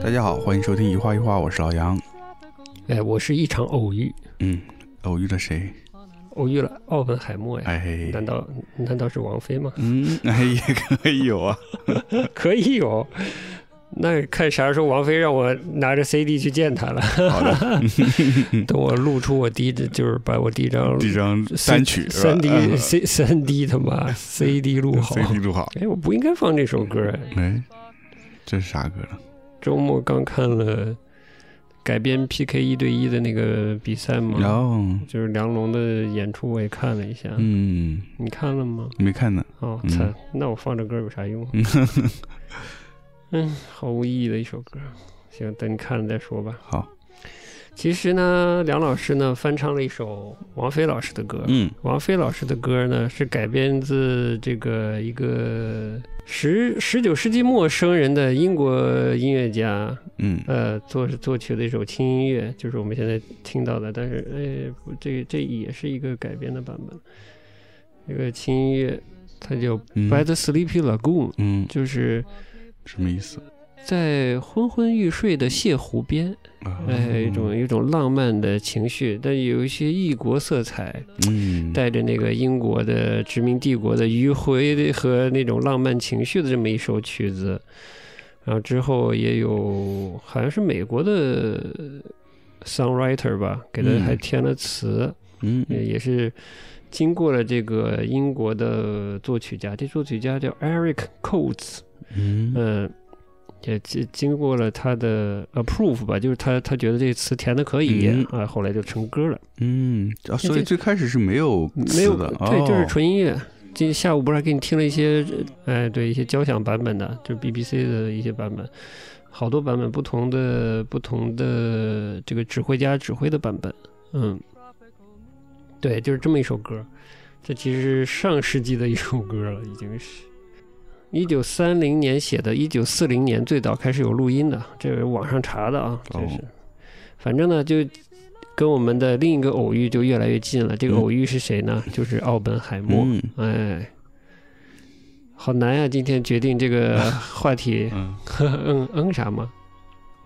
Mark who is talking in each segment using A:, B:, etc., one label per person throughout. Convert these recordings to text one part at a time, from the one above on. A: 大家好，欢迎收听一画一画，我是老杨。
B: 哎，我是一场偶遇，
A: 嗯，偶遇了谁？
B: 偶遇了奥本海默哎，
A: 哎，
B: 难道难道是王菲吗？
A: 嗯， 哎，也可以有啊。
B: 可以有，那看啥时候王菲让我拿着 CD 去见她了。
A: 好的，嗯
B: 等我录出我第一支，就是把我第一张
A: 这张单 曲是吧
B: 三 D
A: 嗯
B: C 三 D 他妈 CD 录 好。
A: CD 录好。
B: 哎，我不应该放这首歌哎。
A: 哎，这是啥歌呢？
B: 周末刚看了改编 PK 一对一的那个比赛
A: 然
B: 嘛，
A: 后，
B: 就是梁龙的演出，我也看了一下。
A: 嗯，
B: 你看了吗？
A: 没看呢。
B: 哦，
A: 嗯
B: 惨！那我放这歌有啥 用？嗯，毫无意义的一首歌。行，等你看了再说吧。
A: 好，
B: 其实呢，梁老师呢翻唱了一首王菲老师的歌。
A: 嗯，
B: 王菲老师的歌呢是改编自这个一个十十九世纪末生人的英国音乐家，
A: 嗯，
B: 呃，作作曲的一首轻音乐，就是我们现在听到的。但是，哎，不这这也是一个改编的版本。这个轻音乐，它叫
A: 嗯
B: By the Sleepy Lagoon，、
A: 嗯，
B: 就是
A: 什么意思？
B: 在昏昏欲睡的泻湖边，
A: 啊
B: 哎，一种一种浪漫的情绪，但有一些异国色彩，
A: 嗯，
B: 带着那个英国的殖民帝国的迂回的和那种浪漫情绪的这么一首曲子。然后之后也有，好像是美国的 songwriter 吧，给他
A: 嗯
B: 还填了词。
A: 嗯，
B: 呃也是经过了这个英国的作曲家，这作曲家叫 Eric Coates，
A: 嗯，
B: 嗯、也经经过了他的 approve 吧，就是他他觉得这个词填的可以
A: 嗯
B: 啊、后来就成歌了，
A: 嗯，啊，所以最开始是没有
B: 没有
A: 词的，
B: 对，就是
A: 哦
B: 纯音乐。今天下午不是还给你听了一些，哎，对，一些交响版本的，就是 BBC 的一些版本，好多版本，不同的不同的这个指挥家指挥的版本，嗯，对，就是这么一首歌，这其实是上世纪的一首歌了，已经是。一九三零年写的，一九四零年最早开始有录音的，这是网上查的啊，这是。
A: 哦
B: 反正呢，就跟我们的另一个偶遇就越来越近了。这
A: 嗯
B: 个偶遇是谁呢？就是奥本海默。
A: 嗯
B: 哎，好难呀、今天决定这个话题，
A: 嗯，
B: 嗯嗯啥嘛？
A: 嗯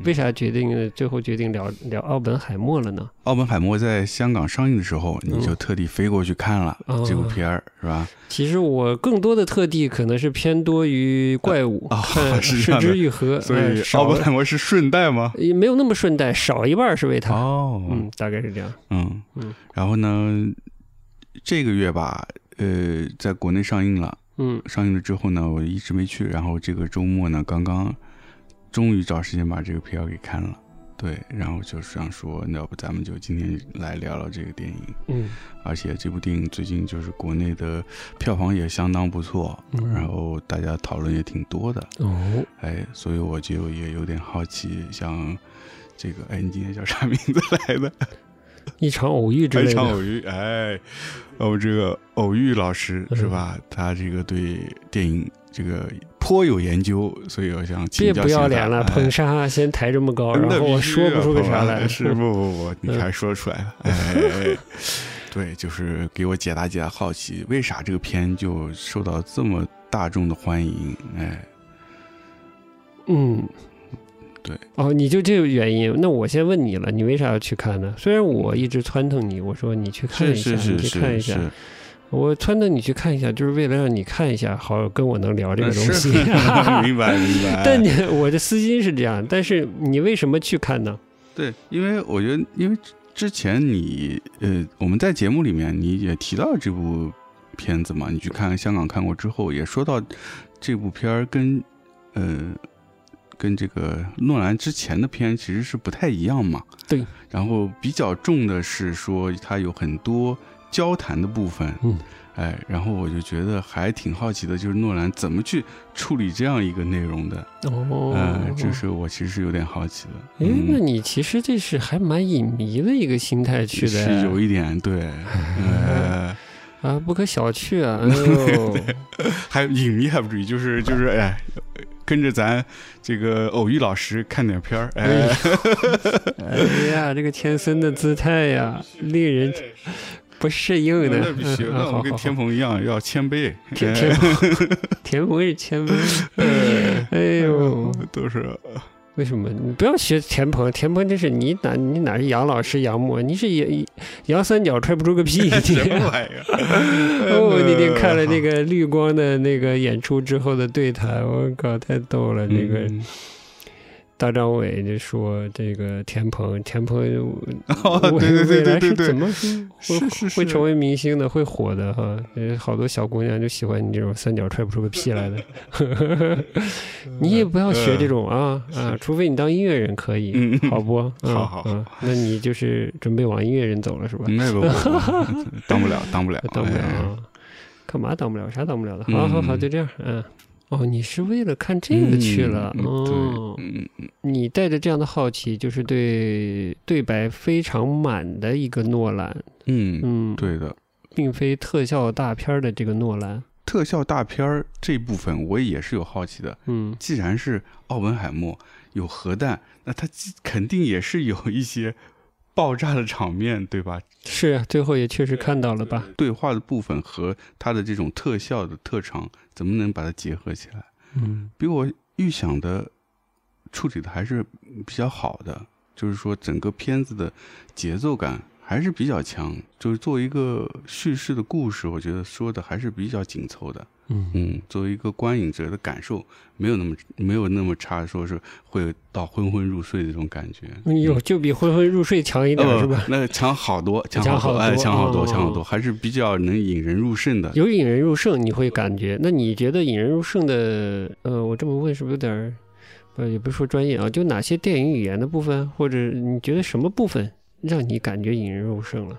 B: 为啥决定最后决定聊聊奥本海默了呢？
A: 奥本海默在香港上映的时候，你就特地飞过去看了
B: 嗯哦
A: 这部片儿，是吧？
B: 其实我更多的特地可能是偏多于怪物，
A: 啊
B: 看
A: 是这
B: 失
A: 样的
B: 之愈合，
A: 所
B: 哎
A: 以
B: 少
A: 奥本海默是顺带吗？
B: 也没有那么顺带，少一半是为他。
A: 哦，
B: 嗯，大概是这样。
A: 嗯
B: 嗯
A: 然后呢，这个月吧，呃，在国内上映了，
B: 嗯
A: 上映了之后呢，我一直没去，然后这个周末呢，刚刚终于找时间把这个片儿给看了。对，然后就想说，那要不咱们就今天来聊聊这个电影，
B: 嗯
A: 而且这部电影最近就是国内的票房也相当不错，
B: 嗯
A: 然后大家讨论也挺多的，
B: 哦，
A: 哎，所以我就也有点好奇，像这个，哎，你今天叫啥名字来的？
B: 一场偶遇 之
A: 非
B: 类
A: 常
B: 的。
A: 偶遇，哎，哦，这个偶遇老师
B: 嗯
A: 是吧？他这个对电影这个颇有研究，所以我想请
B: 别
A: 教
B: 不要
A: 请教
B: 脸了，
A: 哎
B: 捧杀啊先抬这么高，
A: 那
B: 然后我
A: 必须
B: 说不
A: 啊
B: 出个
A: 好
B: 啥
A: 吧
B: 来。
A: 是不不不，你
B: 嗯
A: 还说出来了，哎，哎 对，就是给我解答解答好奇，为啥这个片就受到这么大众的欢迎？哎，
B: 嗯，
A: 对。
B: 哦，你就这个原因？那我先问你了，你为啥要去看呢？虽然我一直撺掇你，我说你去看一
A: 是
B: 下，
A: 是是
B: 你去看
A: 是
B: 一下。
A: 是，
B: 我撺掇你去看一下，就是为了让你看一下，好跟我能聊这个东西。
A: 呃 是 明白明白。
B: 但你我的私心是这样，但是你为什么去看呢？
A: 对，因为我觉得，因为之之前你呃，我们在节目里面你也提到这部片子嘛，你去看香港看过之后，也说到这部片儿跟呃跟这个诺兰之前的片其实是不太一样嘛。
B: 对。
A: 然后比较重的是说它有很多交谈的部分。
B: 嗯。
A: 哎，然后我就觉得还挺好奇的，就是诺兰怎么去处理这样一个内容的，
B: 哦，
A: 呃，这是我其实是有点好奇的。
B: 哎，
A: 嗯
B: 那你其实这是还蛮影迷的一个心态去的，
A: 是有一点 对，呃，
B: 啊，不可小觑啊！哎 呦，
A: 还有影迷还不至于，就是就是哎，跟着咱这个偶遇老师看点片儿，哎，
B: 哎呀，这个天森的姿态呀，令人不适应的。
A: 那必须，
B: 嗯
A: 那我
B: 好
A: 们跟
B: 好
A: 天
B: 好
A: 鹏一样要谦卑，
B: 田 哎田鹏，田鹏是前锋。哎呦，
A: 都是
B: 为什么你不要学田鹏？田鹏真是你哪你哪是杨老师杨默，你是杨杨三角踹不出 个屁。
A: 什么玩意儿？
B: 哦，我那天看了那个绿光的那个演出之后的对谈，我靠，太逗了！那个
A: 嗯
B: 大张伟就说这个田鹏，田鹏
A: 哦，
B: 未
A: 对对对
B: 未来
A: 对
B: 是
A: 对
B: 怎
A: 对，
B: 么
A: 是是
B: 会成
A: 为
B: 为明星的，会火的哈。呃好多小姑娘就喜欢你这种三脚踹不出个屁来的。 你也不要学这种啊啊，除非你当音乐人可以，
A: 嗯，
B: 好不？嗯
A: 好好好
B: 嗯那你就是准备往音乐人走了是吧？
A: 那不不不不当不了，当不了，
B: 当不了
A: 哎
B: 啊，干嘛当不了？啥当不了的？好好好，
A: 嗯
B: 就这样，嗯。哦，你是为了看这个去了？
A: 嗯
B: 哦，
A: 对，嗯嗯
B: 你带着这样的好奇，就是对对白非常满的一个诺兰，
A: 嗯嗯，
B: 嗯，
A: 对的。
B: 并非特效大片儿的这个诺兰，
A: 特效大片儿这部分我也是有好奇的。
B: 嗯，
A: 既然是奥本海默有核弹，那它既肯定也是有一些爆炸的场面，对吧？
B: 是啊，最后也确实看到了吧？
A: 对话的部分和它的这种特效的特长，怎么能把它结合起来？
B: 嗯
A: 比我预想的处理的还是比较好的，就是说整个片子的节奏感还是比较强，就是作为一个叙事的故事，我觉得说的还是比较紧凑的。
B: 嗯
A: 嗯，作为一个观影者的感受，没有那么没有那么差，说是会到昏昏入睡的这种感觉。
B: 嗯，有就比昏昏入睡强一点儿
A: 呃
B: 是吧？
A: 那强好多，强
B: 强
A: 好
B: 好
A: 多，哎，
B: 多
A: 强好多，
B: 哦
A: 强好多，还是比较能引人入胜的。
B: 有引人入胜，你会感觉。那你觉得引人入胜的，呃，我这么问是不是有点儿，呃，也不是说专业啊，就哪些电影语言的部分，或者你觉得什么部分让你感觉引人入胜了？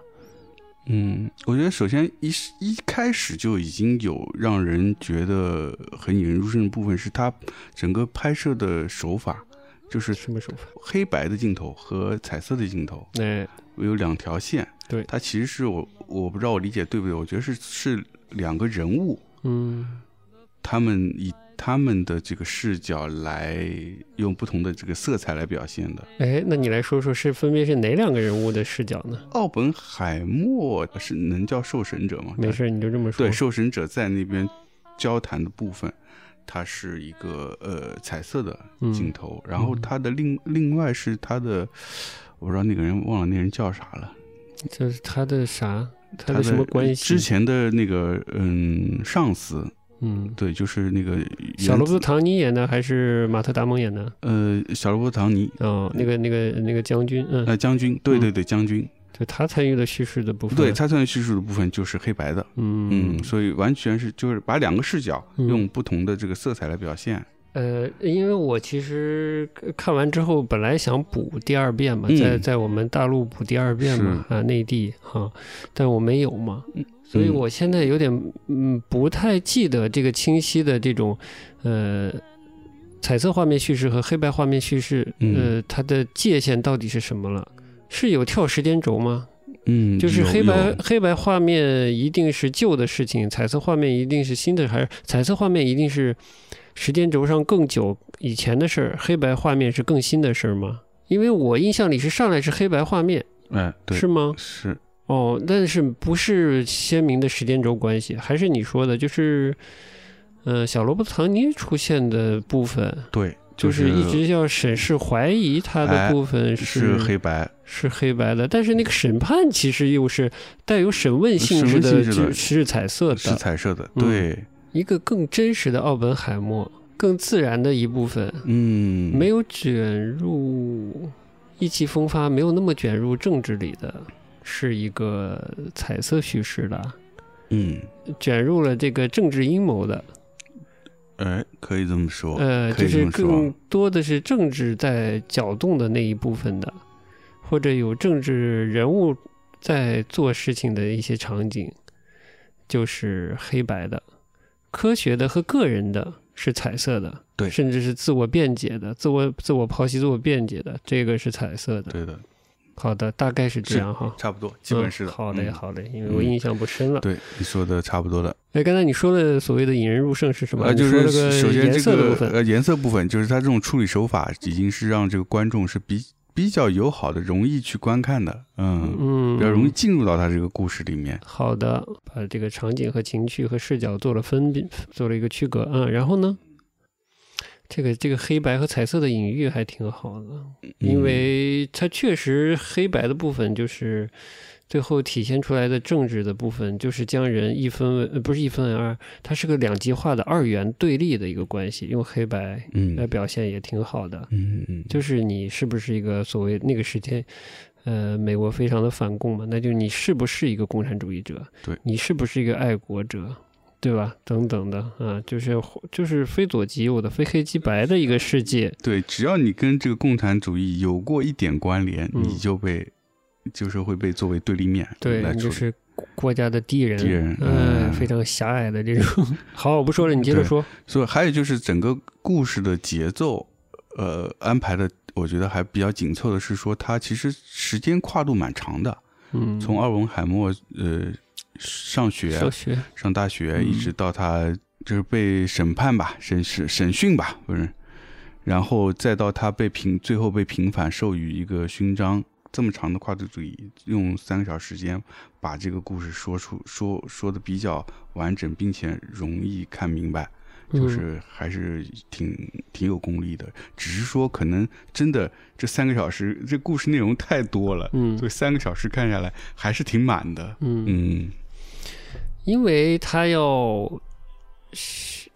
A: 嗯，我觉得首先一是一开始就已经有让人觉得很引人入胜的部分，是它整个拍摄的手法，就是
B: 什么手法？
A: 黑白的镜头和彩色的镜头
B: 哎，
A: 有两条线。
B: 对
A: 它其实是我我不知道我理解对不对，我觉得是是两个人物，
B: 嗯
A: 他们以他们的这个视角来用不同的这个色彩来表现的。
B: 哎，那你来说说是分别是哪两个人物的视角呢？
A: 奥本海默是能叫受审者吗？
B: 没事儿，你就这么说。
A: 对，受审者在那边交谈的部分，它是一个呃彩色的
B: 嗯
A: 镜头，然后它的另另外是它的，我不知道那个人忘了那人叫啥了，
B: 就是他的啥，
A: 他
B: 他的什么关系？
A: 之前的那个嗯上司，
B: 嗯，
A: 对，就是那个
B: 小
A: 罗
B: 罗伯特·唐尼演的还是马特·达蒙演的？
A: 呃小罗伯特唐尼
B: 哦，那个那个那个将军，嗯，
A: 呃将军，对对对将军，
B: 就他参与了叙事的部分。
A: 对，他算叙述的部分就是黑白的，
B: 嗯
A: 嗯，所以完全是就是把两个视角
B: 嗯
A: 用不同的这个色彩来表现，
B: 呃，因为我其实呃看完之后，本来想补第二遍嘛，
A: 嗯
B: 在在我们大陆补第二遍嘛，啊，内地哈、但我没有嘛，所以
A: 嗯
B: 我现在有点嗯不太记得这个清晰的这种呃彩色画面叙事和黑白画面叙事，
A: 嗯
B: 呃，它的界限到底是什么了？是有跳时间轴吗？
A: 嗯，
B: 就是
A: 有
B: 黑白
A: 有
B: 黑白画面一定是旧的事情，彩色画面一定是新的，还是彩色画面一定是时间轴上更久以前的事儿，黑白画面是更新的事儿吗？因为我印象里是上来是黑白画面，
A: 哎对
B: 是吗？
A: 是
B: 哦，但是不是鲜明的时间轴关系，还是你说的，就是，呃，小萝卜唐尼出现的部分，
A: 对，
B: 就是一直要审视、怀疑他的
A: 哎
B: 部分
A: 是黑白，
B: 是黑白的，但是那个审判其实又是带有审问性
A: 审问
B: 质的，
A: 性质的
B: 是是彩色
A: 是
B: 的，
A: 彩色的，
B: 嗯
A: 对，
B: 一个更真实的奥本海默，更自然的一部分，
A: 嗯，
B: 没有卷入意气风发，没有那么卷入政治里的，是一个彩色叙事的，
A: 嗯，
B: 卷入了这个政治阴谋的，
A: 哎，可以这么说，
B: 呃，
A: 可
B: 就
A: 以这
B: 是
A: 么
B: 更
A: 说，啊
B: 多的是政治在搅动的那一部分的，或者有政治人物在做事情的一些场景，就是黑白的；科学的和个人的是彩色的，
A: 对
B: 甚至是自我辩解的、自我自我剖析、自我辩解的，这个是彩色的。
A: 对的，
B: 好的，大概是这
A: 是
B: 样哈。
A: 差不多，基本
B: 嗯
A: 是的，
B: 好嘞，
A: 嗯，
B: 好嘞，因为我
A: 嗯
B: 印象不深了。
A: 对，你说的差不多了，
B: 哎，刚才你说的所谓的引人入胜是什么？
A: 呃，
B: 你
A: 就
B: 说了
A: 是首先
B: 颜
A: 这
B: 色的部
A: 个
B: 分。
A: 呃颜色部分，就是它这种处理手法已经是让这个观众是比比较友好的，容易去观看的，嗯，
B: 嗯，
A: 比较容易进入到他这个故事里面，
B: 好的，把这个场景和情绪和视角做了分别，做了一个区隔啊、嗯。然后呢，这个这个黑白和彩色的隐喻还挺好的，嗯
A: 嗯
B: 因为它确实黑白的部分就是最后体现出来的政治的部分，就是将人一分为呃不是一分为二，它是个两极化的二元对立的一个关系，用黑白
A: 嗯
B: 来表现也挺好的。
A: 嗯嗯，
B: 就是你是不是一个所谓那个时间，呃，美国非常的反共嘛，那就你是不是一个共产主义者？
A: 对
B: 你是不是一个爱国者？对吧？等等的啊，就是就是非左即右的、非黑即白的一个世界，
A: 对，只要你跟这个共产主义有过一点关联，
B: 嗯
A: 你就被就是会被作为对立面
B: 对
A: 来，
B: 你
A: 处
B: 就
A: 理。
B: 是国家的敌人，
A: 敌人
B: 嗯，
A: 嗯
B: 非常狭隘的这种。 好，我不说了，你接着
A: 对
B: 说。
A: 所以还有就是整个故事的节奏，呃，安排的我觉得还比较紧凑的是说，它其实时间跨度蛮长的，
B: 嗯，
A: 从奥本海默呃上学啊
B: 小学，
A: 上大学，
B: 嗯
A: 一直到他就是被审判吧，审审审讯吧，不是，然后再到他被平最后被平反授予一个勋章，这么长的跨度主义，用三个小时时间把这个故事说出说说的比较完整，并且容易看明白，就
B: 嗯
A: 是还是挺挺有功力的。只是说可能真的这三个小时，这故事内容太多了，
B: 嗯
A: 所以三个小时看下来还是挺满的。
B: 嗯，
A: 嗯
B: 因为他要是，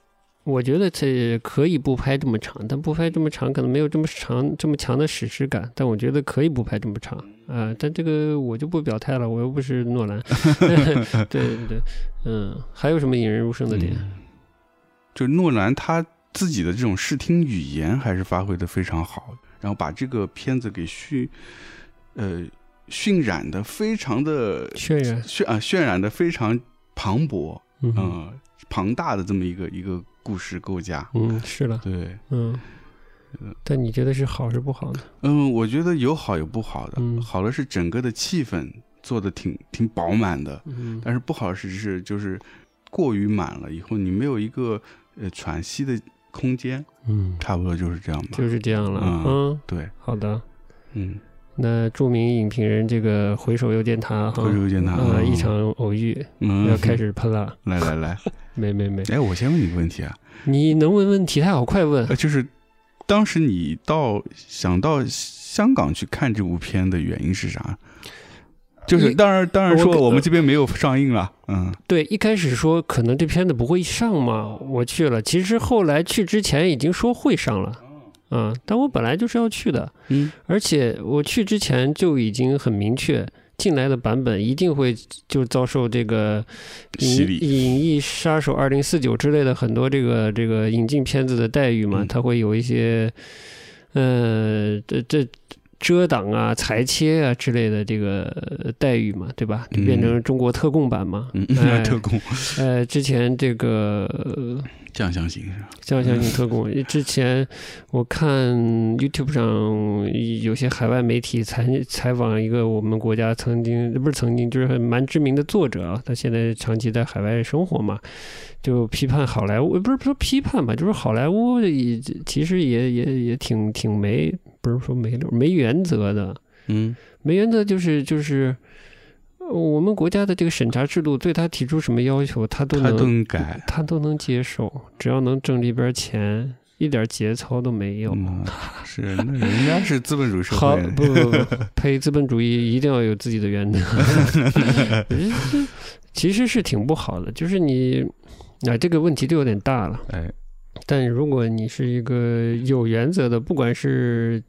B: 我觉得这可以不拍这么长，但不拍这么长可能没有这么长这么强的史诗感，但我觉得可以不拍这么长啊、但这个我就不表态了，我又不是诺兰。 对对对，嗯，还有什么引人入胜的
A: 嗯
B: 点？
A: 就诺兰他自己的这种视听语言还是发挥的非常好，然后把这个片子给渲，呃，渲染的非常的
B: 渲染，
A: 渲啊渲染的非常磅礴，
B: 嗯哼
A: 嗯、庞大的这么一个一个故事构架。
B: 嗯，是了，
A: 对，
B: 嗯，但你觉得是好是不好呢？
A: 嗯，我觉得有好有不好的，
B: 嗯
A: 好的是整个的气氛做的挺挺饱满的，
B: 嗯
A: 但是不好的是是就是过于满了以后，你没有一个呃喘息的空间，
B: 嗯，
A: 差不多就是这样吧。
B: 就是这样了。
A: 嗯
B: 嗯，
A: 对，
B: 好的。
A: 嗯。
B: 那著名影评人这个回首又见他哈，
A: 回首又见他
B: 呃，
A: 嗯
B: 一场偶遇
A: 嗯，
B: 要开始喷了，
A: 来来 来，
B: 没没没，
A: 哎，我先问你个问题啊，
B: 嗯你能问问题太好，快问
A: 呃，。就是当时你到想到香港去看这部片的原因是啥？就是
B: 一
A: 当然当然
B: 我
A: 说
B: 跟呃
A: 我们这边没有上映了，嗯
B: 对，一开始说可能这片子不会上嘛，我去了，其实后来去之前已经说会上了，嗯，但我本来就是要去的，
A: 嗯
B: 而且我去之前就已经很明确，进来的版本一定会就遭受这个影
A: 洗礼
B: 影艺杀手二零四九之类的很多这个这个引进片子的待遇嘛
A: 嗯，
B: 它会有一些呃这这遮挡啊、裁切啊之类的这个呃待遇嘛，对吧？就变
A: 嗯
B: 成中国特供版嘛。
A: 嗯，
B: 哎
A: 特工
B: 呃，之前这个呃
A: 这样相信是吧？
B: 像像你特工，
A: 嗯
B: 之前我看 YouTube 上有些海外媒体采采访一个我们国家曾经不是曾经就是很蛮知名的作者啊，他现在长期在海外生活嘛，就批判好莱坞，不是说批判吧，就是好莱坞也其实也也也挺挺没不是说没溜没原则的，
A: 嗯
B: 没原则就是就是。呃我们国家的这个审查制度，对他提出什么要求，他都
A: 他
B: 能
A: 都能改，
B: 他都能接受，只要能挣这边钱，一点节操都没有。
A: 嗯，是那人家是资本主义社
B: 好，
A: 会，
B: 不不不， 呸！资本主义一定要有自己的 原则，其实是挺不好的。就是你，啊，这个问题就有点大了。
A: 哎，
B: 但如果你是一个有原则的，不管是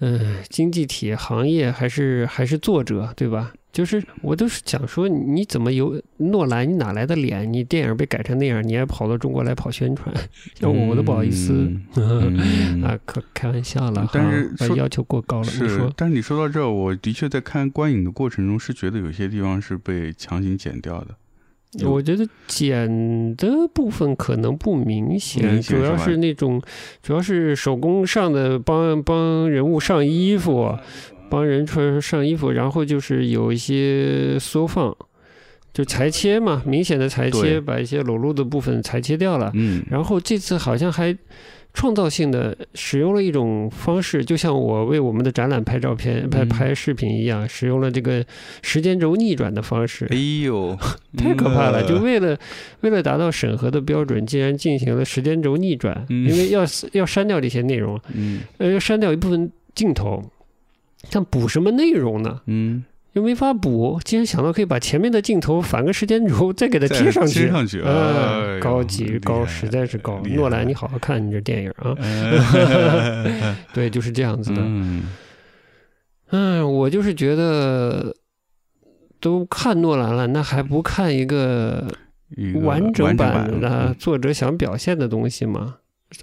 B: 嗯、经济体、行业，还是还是作者，对吧？就是我都是想说，你怎么有诺兰？你哪来的脸？你电影被改成那样，你还跑到中国来跑宣传？ 要我我都不好意思、
A: 嗯 嗯
B: 啊，可开玩笑了哈。
A: 但是
B: 我
A: 说
B: 要求过高了，你
A: 是
B: 说，
A: 但是你说到这儿，我的确在看观影的过程中是觉得有些地方是被强行剪掉的。有
B: 我觉得剪的部分可能不明显，
A: 不明显
B: 主要
A: 是吧
B: 是那种，主要是手工上的帮帮人物上衣服，帮人穿上衣服，然后就是有一些缩放，就裁切嘛，明显的裁
A: 对
B: 切，把一些裸露的部分裁切掉了。
A: 嗯，
B: 然后这次好像还创造性的使用了一种方式，就像我为我们的展览拍照片、拍
A: 嗯
B: 拍视频一样，使用了这个时间轴逆转的方式，
A: 哎。呦
B: 太可怕了！
A: 嗯
B: 就为了为了达到审核的标准，竟然进行了时间轴逆转，
A: 嗯
B: 因为要要删掉这些内容，
A: 嗯
B: 呃，要删掉一部分镜头，但补什么内容呢？
A: 嗯，
B: 又没法补，竟然想到可以把前面的镜头反个时间轴再给它贴上
A: 贴
B: 去，
A: 上去，哎
B: 嗯，
A: 呦
B: 高级高，实在是高。
A: 厉害
B: 诺兰，你好好看你这电影 啊！
A: 嗯
B: 对，就是这样子的。
A: 嗯
B: 嗯，我就是觉得都看诺兰了，那还不看一个
A: 一个
B: 完整版
A: 版
B: 的
A: 嗯
B: 作者想表现的东西嘛。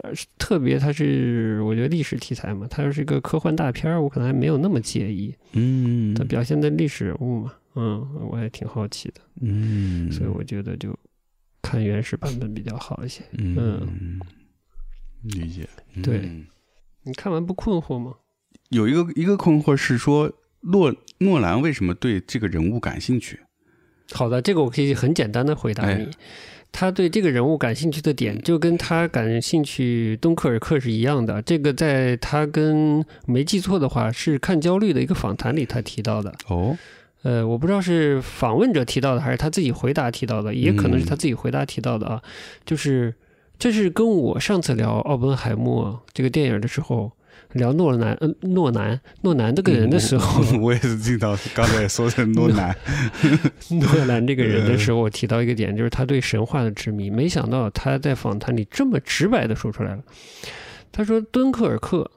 B: 呃特别它是我觉得历史题材嘛，它要是一个科幻大片儿，我可能还没有那么介意。
A: 嗯，
B: 它表现的历史人物嘛，嗯，我也挺好奇的，
A: 嗯，
B: 所以我觉得就看原始版本比较好一些。
A: 嗯，理解，
B: 对
A: 嗯
B: 你看完不困惑吗？
A: 有一个一个困惑是说，诺诺兰为什么对这个人物感兴趣？
B: 好的，这个我可以很简单的回答你。
A: 哎
B: 他对这个人物感兴趣的点，就跟他感兴趣敦刻尔克是一样的。这个在他跟没记错的话，是看焦虑的一个访谈里他提到的。
A: 哦，
B: 呃，我不知道是访问者提到的，还是他自己回答提到的，也可能是他自己回答提到的啊。就是这是跟我上次聊《奥本海默》这个电影的时候，聊诺兰，呃，诺南，诺南这个人的时候，
A: 嗯我 也是听到刚才也说成诺兰，
B: 诺兰这个人的时候，我提到一个点，就是他对神话的痴迷。没想到他在访谈里这么直白的说出来了。他说，敦刻尔克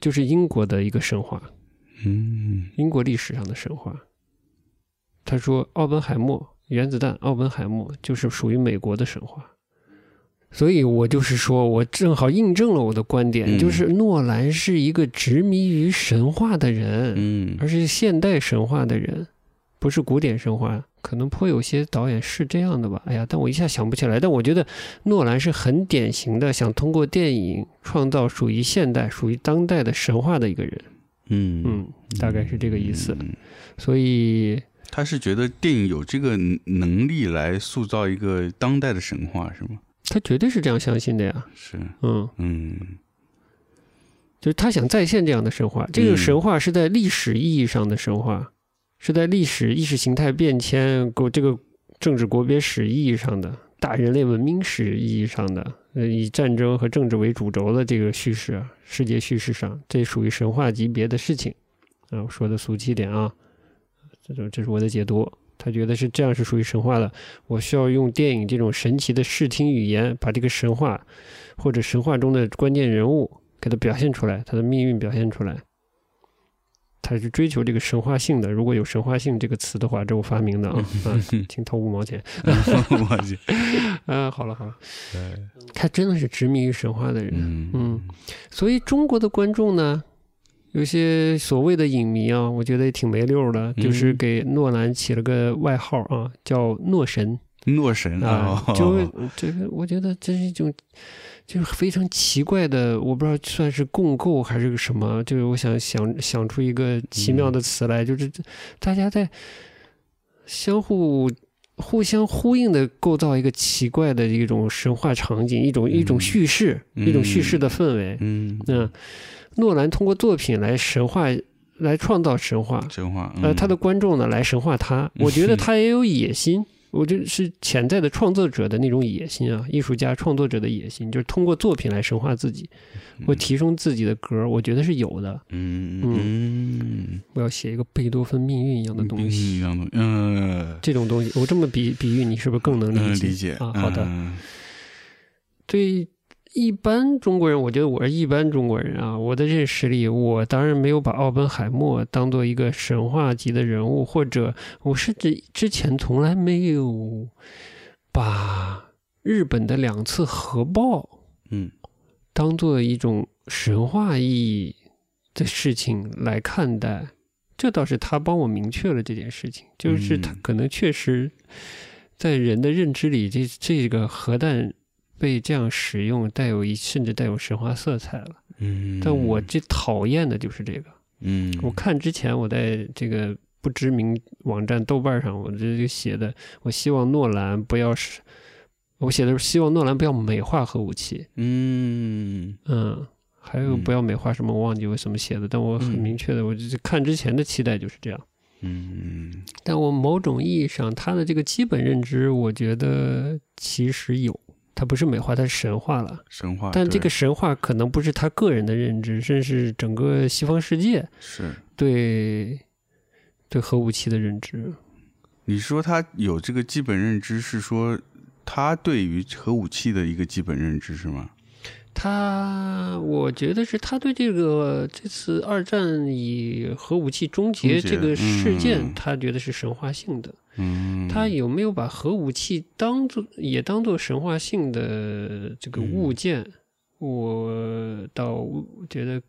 B: 就是英国的一个神话，
A: 嗯
B: 英国历史上的神话。他说，奥本海默原子弹，奥本海默就是属于美国的神话。所以我就是说，我正好印证了我的观点，
A: 嗯
B: 就是诺兰是一个执迷于神话的人。
A: 嗯
B: 而是现代神话的人，不是古典神话。可能颇有些导演是这样的吧。哎呀，但我一下想不起来。但我觉得诺兰是很典型的想通过电影创造属于现代、属于当代的神话的一个人。
A: 嗯
B: 嗯，大概是这个意思。
A: 嗯
B: 所以，
A: 他是觉得电影有这个能力来塑造一个当代的神话，是吗？
B: 他绝对是这样相信的呀。
A: 是，
B: 嗯，
A: 嗯
B: 就是他想再现这样的神话。这个
A: 嗯
B: 神话是在历史意义上的神话，是在历史意识形态变迁、国这个政治国别史意义上的、大人类文明史意义上的，呃以战争和政治为主轴的这个叙事啊，世界叙事上，这属于神话级别的事情。啊，我说的俗气点啊，这种这是我的解读。他觉得是这样是属于神话的，我需要用电影这种神奇的视听语言，把这个神话或者神话中的关键人物给它表现出来，它的命运表现出来。他是追求这个神话性的，如果有神话性这个词的话，这我发明 的啊，啊请投五毛钱。
A: 我去，
B: 啊，好了好了，他真的是执迷于神话的人，
A: 嗯
B: 嗯，所以中国的观众呢，有些所谓的影迷啊，我觉得也挺没溜儿的，就是
A: 嗯
B: 给诺兰起了个外号啊，叫诺神。
A: 诺 神
B: 啊
A: 啊，，
B: 就这个，我觉得这是一种，就是非常奇怪的，我不知道算是共构还是个什么，就是我想想想出一个奇妙
A: 嗯
B: 的词来，就是这大家在相互互相呼应的构造一个奇怪的一种神话场景，一种一种
A: 嗯
B: 叙事，一种叙事
A: 嗯
B: 的氛围。
A: 嗯
B: 嗯，诺兰通过作品来神话，来创造神话，
A: 神话，
B: 呃，
A: 嗯
B: 他的观众呢来神化他，我觉得他也有野心，我觉得是潜在的创作者的那种野心啊，艺术家创作者的野心，就是通过作品来神化自己，或提升自己的格儿，我觉得是有的。
A: 嗯嗯
B: 我要写一个贝多芬命运一样的
A: 嗯，
B: 东西，
A: 一样东西，嗯。
B: 这种东西，我这么比比喻，你是不是更能
A: 嗯
B: 理，解？
A: 理解
B: 啊好的
A: 嗯
B: 对一般中国人，我觉得我是一般中国人啊。我的认识里，我当然没有把奥本海默当做一个神话级的人物，或者我甚至之前从来没有把日本的两次核爆
A: 嗯
B: 当做一种神话意义的事情来看待。这倒是他帮我明确了这件事情，就是他
A: 嗯
B: 可能确实在人的认知里，这这个核弹被这样使用，带有一甚至带有神话色彩了。
A: 嗯，
B: 但我最讨厌的就是这个。
A: 嗯，
B: 我看之前我在这个不知名网站豆瓣上，我这就写的，我希望诺兰不要是，我写的是希望诺兰不要美化核武器，
A: 嗯
B: 嗯，还有
A: 嗯
B: 不要美化什么，我忘记我怎么写的，但我很
A: 嗯
B: 明确的，我就是看之前的期待就是这样。
A: 嗯
B: 但我某种意义上，他的这个基本认知，我觉得其实有，他不是美化，他是神话了。
A: 神话，
B: 但这
A: 啊对
B: 个神话可能不是他个人的认知，甚至是整个西方世界
A: 是
B: 对对核武器的认知。
A: 你说他有这个基本认知，是说他对于核武器的一个基本认知是吗？
B: 他，我觉得是他对这个这次二战以核武器终结
A: 终结
B: 这个事件，
A: 嗯
B: 他觉得是神话性的。
A: 嗯，
B: 他有没有把核武器当做也当做神话性的这个物件？
A: 嗯
B: 我倒觉得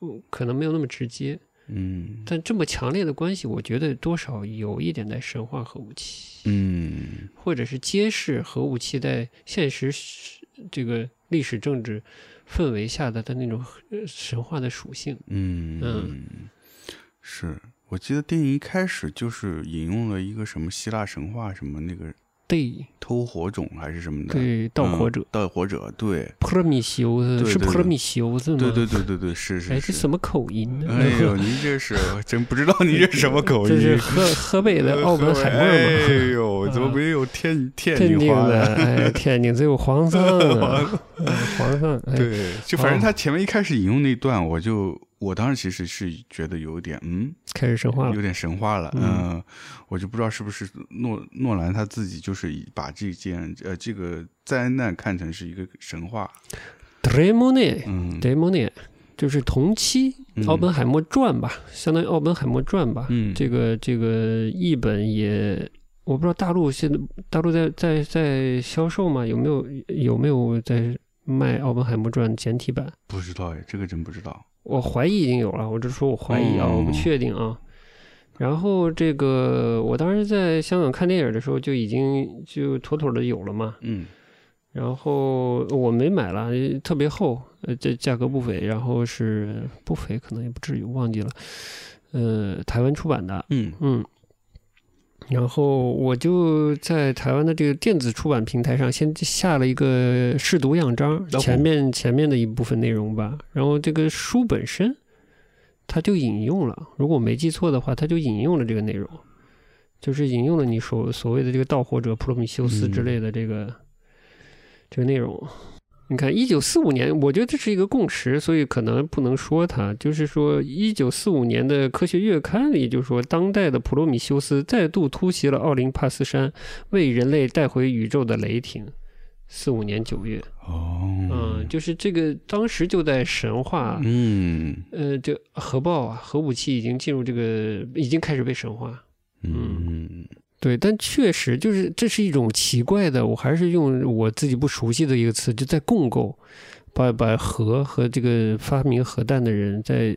B: 嗯可能没有那么直接，
A: 嗯
B: 但这么强烈的关系，我觉得多少有一点在神话核武器，
A: 嗯
B: 或者是揭示核武器在现实世这个历史政治氛围下的它那种呃神话的属性。
A: 嗯
B: 嗯，
A: 是我记得电影一开始就是引用了一个什么希腊神话，什么那个
B: 对
A: 偷火种还是什么的，
B: 对，盗火
A: 嗯
B: 者
A: 盗火者，对，
B: 普罗米修斯
A: 对
B: 是
A: 对
B: 普罗
A: 对
B: 米修斯吗？
A: 对对对对对，是是
B: 嗯哎，这
A: 是。
B: 什么口音呢？
A: 哎呦，您这是我真不知道您这是什么口
B: 这
A: 音，
B: 是河河北的澳门海默
A: 呃哎
B: 嘛？
A: 呦，怎么没有天 天
B: 天
A: 津
B: 津
A: 话
B: 的，
A: 呢？
B: 哎，天津只有皇 上啊，嗯皇上，哎，
A: 对，就反正
B: 哦
A: 他前面一开始引用那段，我就我当时其实是觉得有点嗯，
B: 开始神话了
A: 有。点神话了，
B: 嗯
A: 嗯，我就不知道是不是诺诺兰他自己就是把这件呃这个灾难看成是一个神话，
B: d e m o n e
A: 嗯，
B: d e m o n e 就是同期
A: 嗯
B: 《奥本海默传》吧，相当于《奥本海默传》吧。
A: 嗯
B: 这个这个译本也，我不知道大陆现在大陆在在在销售吗？有没有有没有在卖《奥本海默传》简体版？
A: 不知道哎，这个真不知道，
B: 我怀疑已经有了，我只是说我怀疑啊，
A: 哦
B: 我不确定啊。然后这个，我当时在香港看电影的时候就已经就妥妥的有了嘛。
A: 嗯
B: 然后我没买了，呃特别厚，呃，这价格不菲，然后是不菲，可能也不至于忘记了，呃，台湾出版的，
A: 嗯
B: 嗯。然后我就在台湾的这个电子出版平台上先下了一个试读样章，
A: 哦
B: 前面前面的一部分内容吧。然后这个书本身，它就引用了，如果我没记错的话，它就引用了这个内容，就是引用了你所所谓的这个盗火者普罗米修斯之类的这个、这个内容。你看，一九四五年，我觉得这是一个共识，所以可能不能说它。就是说，一九四五年的《科学月刊》里就说，当代的普罗米修斯再度突袭了奥林帕斯山，为人类带回宇宙的雷霆。四五年九月，
A: 哦
B: 嗯，，就是这个，当时就在神话，
A: 嗯
B: 呃，这核爆啊，核武器已经进入这个，已经开始被神化。
A: 嗯
B: 对，但确实就是这是一种奇怪的，我还是用我自己不熟悉的一个词，就在共构，把把核和这个发明核弹的人在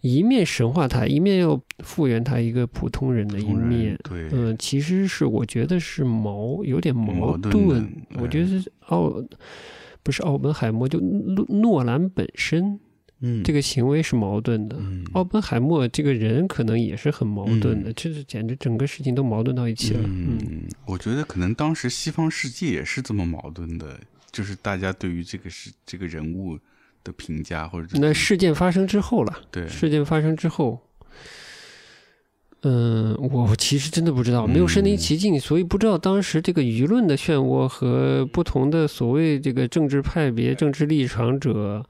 B: 一面神化它，一面要复原它一个普通人的一
A: 同人
B: 面。
A: 对，
B: 嗯，其实是我觉得是矛，有点矛
A: 矛盾
B: 盾。
A: 的嗯
B: 我觉得是奥不是奥本海默，就诺诺兰本身
A: 嗯
B: 这个行为是矛盾的。
A: 嗯
B: 奥本海默这个人可能也是很矛盾的，这是简直整个事情都矛盾到一起了。嗯，
A: 嗯，我觉得可能当时西方世界也是这么矛盾的，就是大家对于这个是这个人物的评价或者这
B: 那
A: 种
B: 事件发生之后了，
A: 对
B: 事件发生之后，嗯、我其实真的不知道，没有身临
A: 嗯
B: 其境，所以不知道当时这个舆论的漩涡和不同的所谓这个政治派别、政治立场者，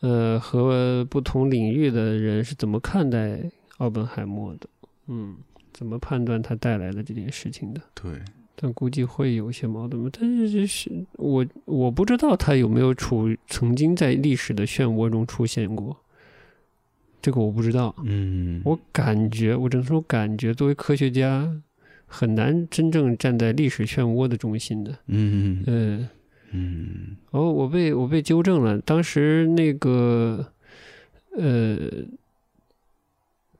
B: 呃，和不同领域的人是怎么看待奥本海默的，嗯，怎么判断他带来的这件事情的。
A: 对，
B: 但估计会有一些矛盾吧。但是这是我我不知道他有没有处曾经在历史的漩涡中出现过，这个我不知道。
A: 嗯
B: 我感觉，我只能说感觉，作为科学家很难真正站在历史漩涡的中心的。
A: 嗯
B: 嗯，
A: 嗯
B: 哦，我被我被纠正了，当时那个呃。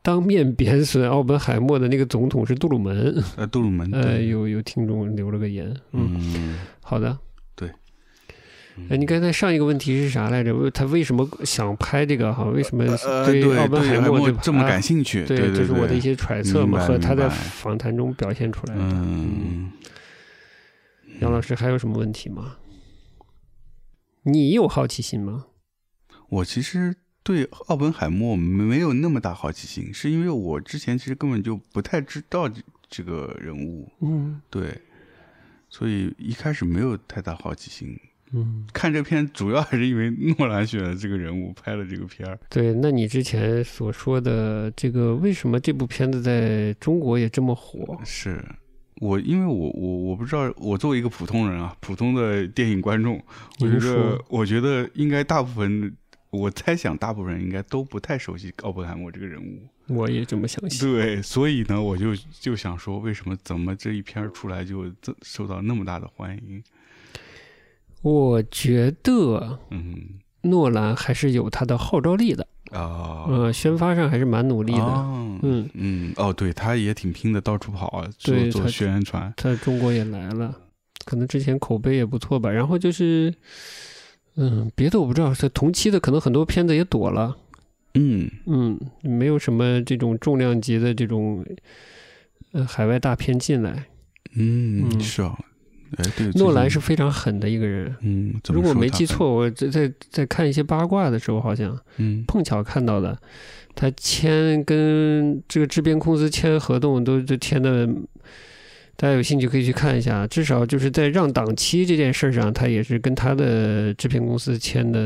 B: 当面贬损奥本海默的那个总统是杜鲁门，
A: 呃，杜鲁门
B: 呃，
A: 对，
B: 嗯有有听众留了个言，嗯，
A: 嗯
B: 好的，
A: 对。
B: 哎，你刚才上一个问题是啥来着？他为什么想拍这个哈？为什么
A: 呃，对
B: 奥本海
A: 默
B: 默
A: 这么感
B: 兴
A: 兴趣，
B: 对，
A: 对，
B: 这是我的一
A: 对
B: 些揣测嘛，
A: 明白
B: 和他在
A: 明白
B: 访谈中表现出来的。
A: 嗯，
B: 杨老师还有什么问题吗？你有好奇心吗？
A: 我其实对奥本海默没有那么大好奇心，是因为我之前其实根本就不太知道这这个人物，
B: 嗯
A: 对，所以一开始没有太大好奇心。
B: 嗯，
A: 看这片主要还是因为诺兰选了这个人物拍了这个片儿，
B: 对。那你之前所说的这个，为什么这部片子在中国也这么火？
A: 是我，因为我我我不知道，我作为一个普通人啊，普通的电影观众，我觉
B: 您说
A: 得我觉得应该大部分，我猜想大部分人应该都不太熟悉奥本海默这个人物，
B: 我也这么相信。
A: 对，所以呢，我就就想说，为什么怎么这一片儿出来就这受到那么大的欢迎？
B: 我觉得
A: 嗯
B: 诺兰还是有他的号召力的，
A: 啊，
B: 呃，宣发上还是蛮努力的。
A: 哦
B: 嗯，
A: 嗯哦，对，他也挺拼的，到处跑啊，做
B: 对
A: 做
B: 他
A: 宣传，
B: 在中国也来了，可能之前口碑也不错吧。然后就是，嗯，别的我不知道，在同期的可能很多片子也躲了，
A: 嗯
B: 嗯，没有什么这种重量级的这种。呃，海外大片进来，
A: 嗯
B: 嗯
A: 是啊，哎对，
B: 诺
A: 最
B: 兰
A: 近
B: 是非常狠的一个人。
A: 嗯，怎么
B: 如果
A: 说
B: 没
A: 他
B: 记
A: 很，
B: 错，我在在在看一些八卦的时候，好像
A: 嗯
B: 碰巧看到的，他签跟这个制片公司签合同都都签的，大家有兴趣可以去看一下。啊至少就是在让档期这件事上，他也是跟他的制片公司签的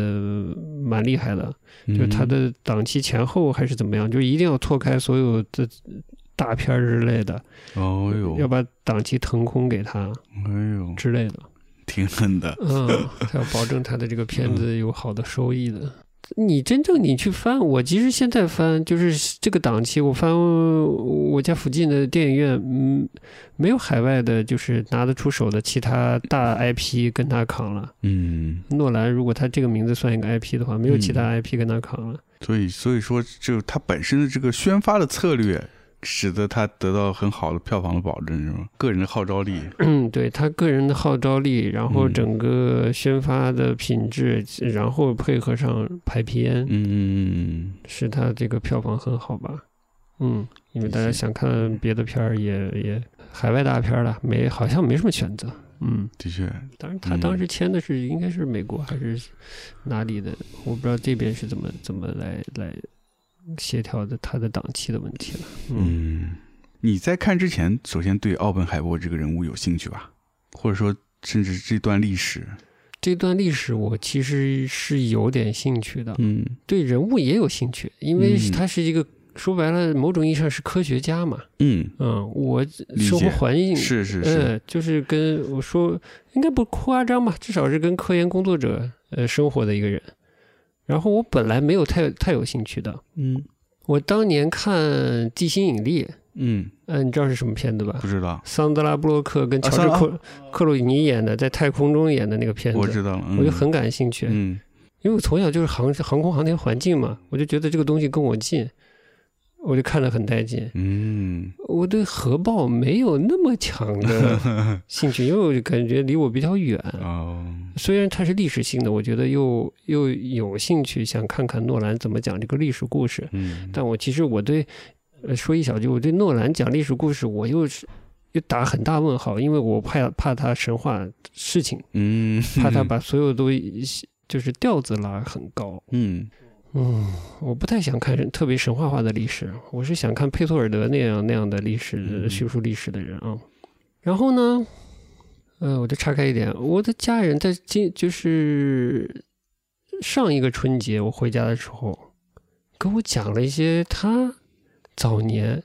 B: 蛮厉害的，就是他
A: 嗯
B: 的档期前后还是怎么样，就一定要错开所有的大片儿之类的，
A: 哦
B: 呃要
A: 呦
B: 把档期腾空给他
A: 哎呦，
B: 之类的。
A: 挺狠的，
B: 嗯，他要保证他的这个片子有好的收益的。你真正你去翻，我其实现在翻就是这个档期，我翻我家附近的电影院，嗯，没有海外的，就是拿得出手的其他大 IP 跟他扛了。
A: 嗯，
B: 诺兰如果他这个名字算一个 IP 的话，没有其他 IP 跟他扛了。
A: 所以所以说，就他本身的这个宣发的策略，使得他得到很好的票房的保证，是吧？个人的号召力，
B: 嗯，对他个人的号召力，然后
A: 嗯
B: 整个宣发的品质，然后配合上排片，
A: 嗯，
B: 使它这个票房很好吧？嗯，因为大家
A: 理解
B: 想看别的片儿，也也海外大片儿了，没好像没什么选择。嗯，
A: 的确，
B: 当然他
A: 嗯
B: 当时签的是应该是美国还是哪里的，我不知道这边是怎么怎么来来协调的他的档期的问题了。嗯，
A: 嗯，你在看之前，首先对奥本海默这个人物有兴趣吧，或者说甚至这段历史，
B: 这段历史我其实是有点兴趣的，
A: 嗯
B: 对人物也有兴趣，因为
A: 嗯
B: 他是一个。说白了，某种意义上是科学家嘛。
A: 嗯，
B: 嗯，我
A: 解
B: 生活环境
A: 是是是，
B: 嗯，就是跟我说，应该不夸张吧，至少是跟科研工作者呃生活的一个人。然后我本来没有太太有兴趣的，
A: 嗯
B: 我当年看《地心引力》，
A: 嗯，
B: 嗯、你知道是什么片子吧
A: 不？知道，
B: 桑德拉布洛克跟
A: 啊
B: 乔
A: 桑
B: 治
A: 啊
B: 克、克鲁尼演的，在太空中演的那个片子，
A: 我知道了，嗯
B: 我就很感兴趣，
A: 嗯
B: 因为我从小就是航航空航天环境嘛，我就觉得这个东西跟我近，我就看得很带劲。
A: 嗯
B: 我对核爆没有那么强 的兴趣，因为我就感觉离我比较远。
A: 哦，
B: 虽然它是历史性的，我觉得又又有兴趣想看看诺兰怎么讲这个历史故事。
A: 嗯，
B: 但我其实我对，呃，说一小句，我对诺兰讲历史故事，我又是又打很大问号，因为我怕怕他神话事情，
A: 嗯，
B: 怕他把所有都一就是调子拉很高。
A: 嗯
B: 嗯，我不太想看人特别神话化的历史，我是想看佩托尔德那样那样的历史呃
A: 嗯
B: 叙述历史的人啊。然后呢，呃，我就岔开一点，我的家人在今就是上一个春节我回家的时候，跟我讲了一些他早年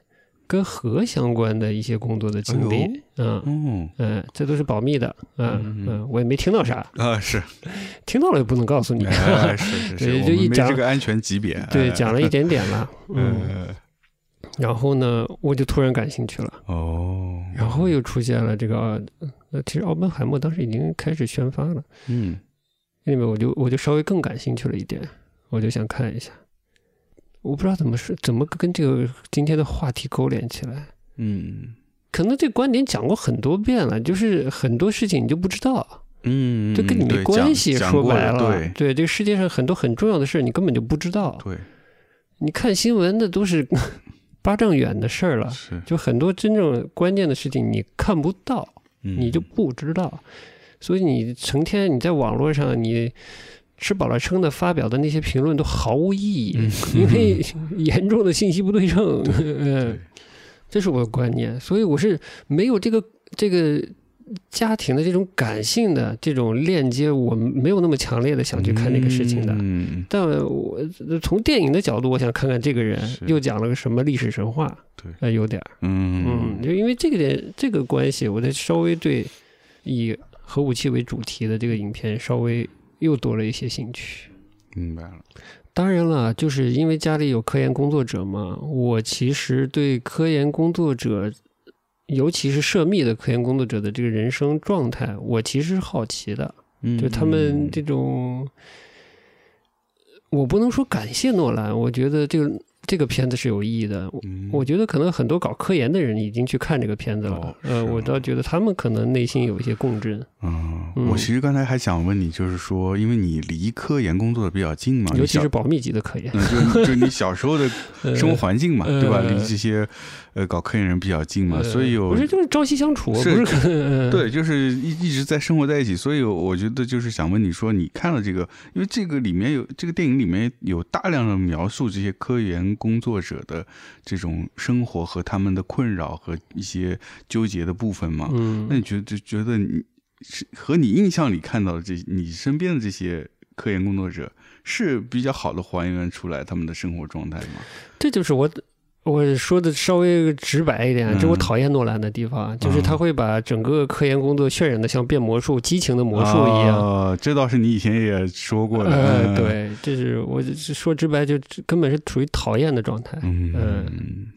B: 跟核相关的一些工作的
A: 哎
B: 经历，嗯
A: 哦
B: 嗯、这都是保密的，嗯
A: 嗯
B: 嗯，我也没听到啥，
A: 啊是。
B: 听到了也不能告诉你。
A: 哎是 是是，
B: 对
A: 我
B: 就
A: 们
B: 一
A: 没
B: 讲
A: 这个安全级别。
B: 对，
A: 哎
B: 讲了一。点点 了，嗯。
A: 呃，
B: 然后呢，我就突然感兴趣了，
A: 哦，
B: 然后又出现了这个，呃呃，其实奥本海默当时已经开始宣发了，
A: 嗯
B: 因为我就我就稍微更感兴趣了一点，我就想看一下，我不知道怎么说，怎么跟这个今天的话题勾连起来，
A: 嗯
B: 可能这观点讲过很多遍了，就是很多事情你就不知道，
A: 嗯，
B: 这跟你
A: 嗯
B: 没
A: 对
B: 关
A: 讲
B: 系，
A: 讲
B: 说
A: 过
B: 白
A: 了
B: 了，
A: 对
B: 对这个世界上很多很重要的事儿你根本就不知道，
A: 对
B: 你看新闻那都是 八丈远的事儿了，
A: 是，
B: 就很多真正关键的事情你看不到，你
A: 你
B: 就不知道，所以你成天你在网络上你吃饱了撑的发表的那些评论都毫无意义，
A: 嗯
B: 因为严重的信息不对称。嗯，这是我的观念，所以我是没有这个这个家庭的这种感性的这种链接，我没有那么强烈的想去看这个事情的。
A: 嗯，
B: 但我从电影的角度，我想看看这个人
A: 是
B: 又讲了个什么历史神话，
A: 对
B: 呃，有点儿。
A: 嗯
B: 嗯，就因为这个点这个关系，我得稍微对以核武器为主题的这个影片稍微又多了一些兴趣。
A: 明白了，
B: 当然了，就是因为家里有科研工作者嘛，我其实对科研工作者，尤其是涉密的科研工作者的这个人生状态，我其实是好奇的。
A: 嗯
B: 就他们这种，我不能说感谢诺兰，我觉得这个这个片子是有意义的。
A: 嗯
B: 我觉得可能很多搞科研的人已经去看这个片子了，
A: 哦
B: 呃，
A: 是
B: 我
A: 吗
B: 倒觉得他们可能内心有一些共振，
A: 嗯，
B: 嗯
A: 我其实刚才还想问你，就是说，因为你离科研工作的比较近嘛，
B: 尤其
A: 你
B: 是
A: 小。
B: 保密级的科研。
A: 嗯，就就你小时候的
B: 呃
A: 生活环境嘛，对吧？
B: 呃
A: 离这些呃搞科研人比较近嘛，
B: 呃
A: 所以有
B: 不是就是朝夕相处，
A: 是
B: 不是呃可能
A: 对，就是一一直在生活在一起，所以我觉得就是想问你说，你看了这个，因为这个里面有这个电影里面有大量的描述这些科研工作者的这种生活和他们的困扰和一些纠结的部分嘛。
B: 嗯
A: 啊那你觉得就觉得你是和你印象里看到的这你身边的这些科研工作者是比较好的还原出来他们的生活状态吗？
B: 这就是我我说的稍微直白一点，
A: 嗯
B: 这我讨厌诺兰的地方，啊就是他会把整个科研工作渲染的像变魔术、激情的魔术一样。
A: 哦，这倒是你以前也说过的。
B: 呃，
A: 嗯，
B: 对，这是我说直白，就根本是处于讨厌的状态。呃
A: 嗯，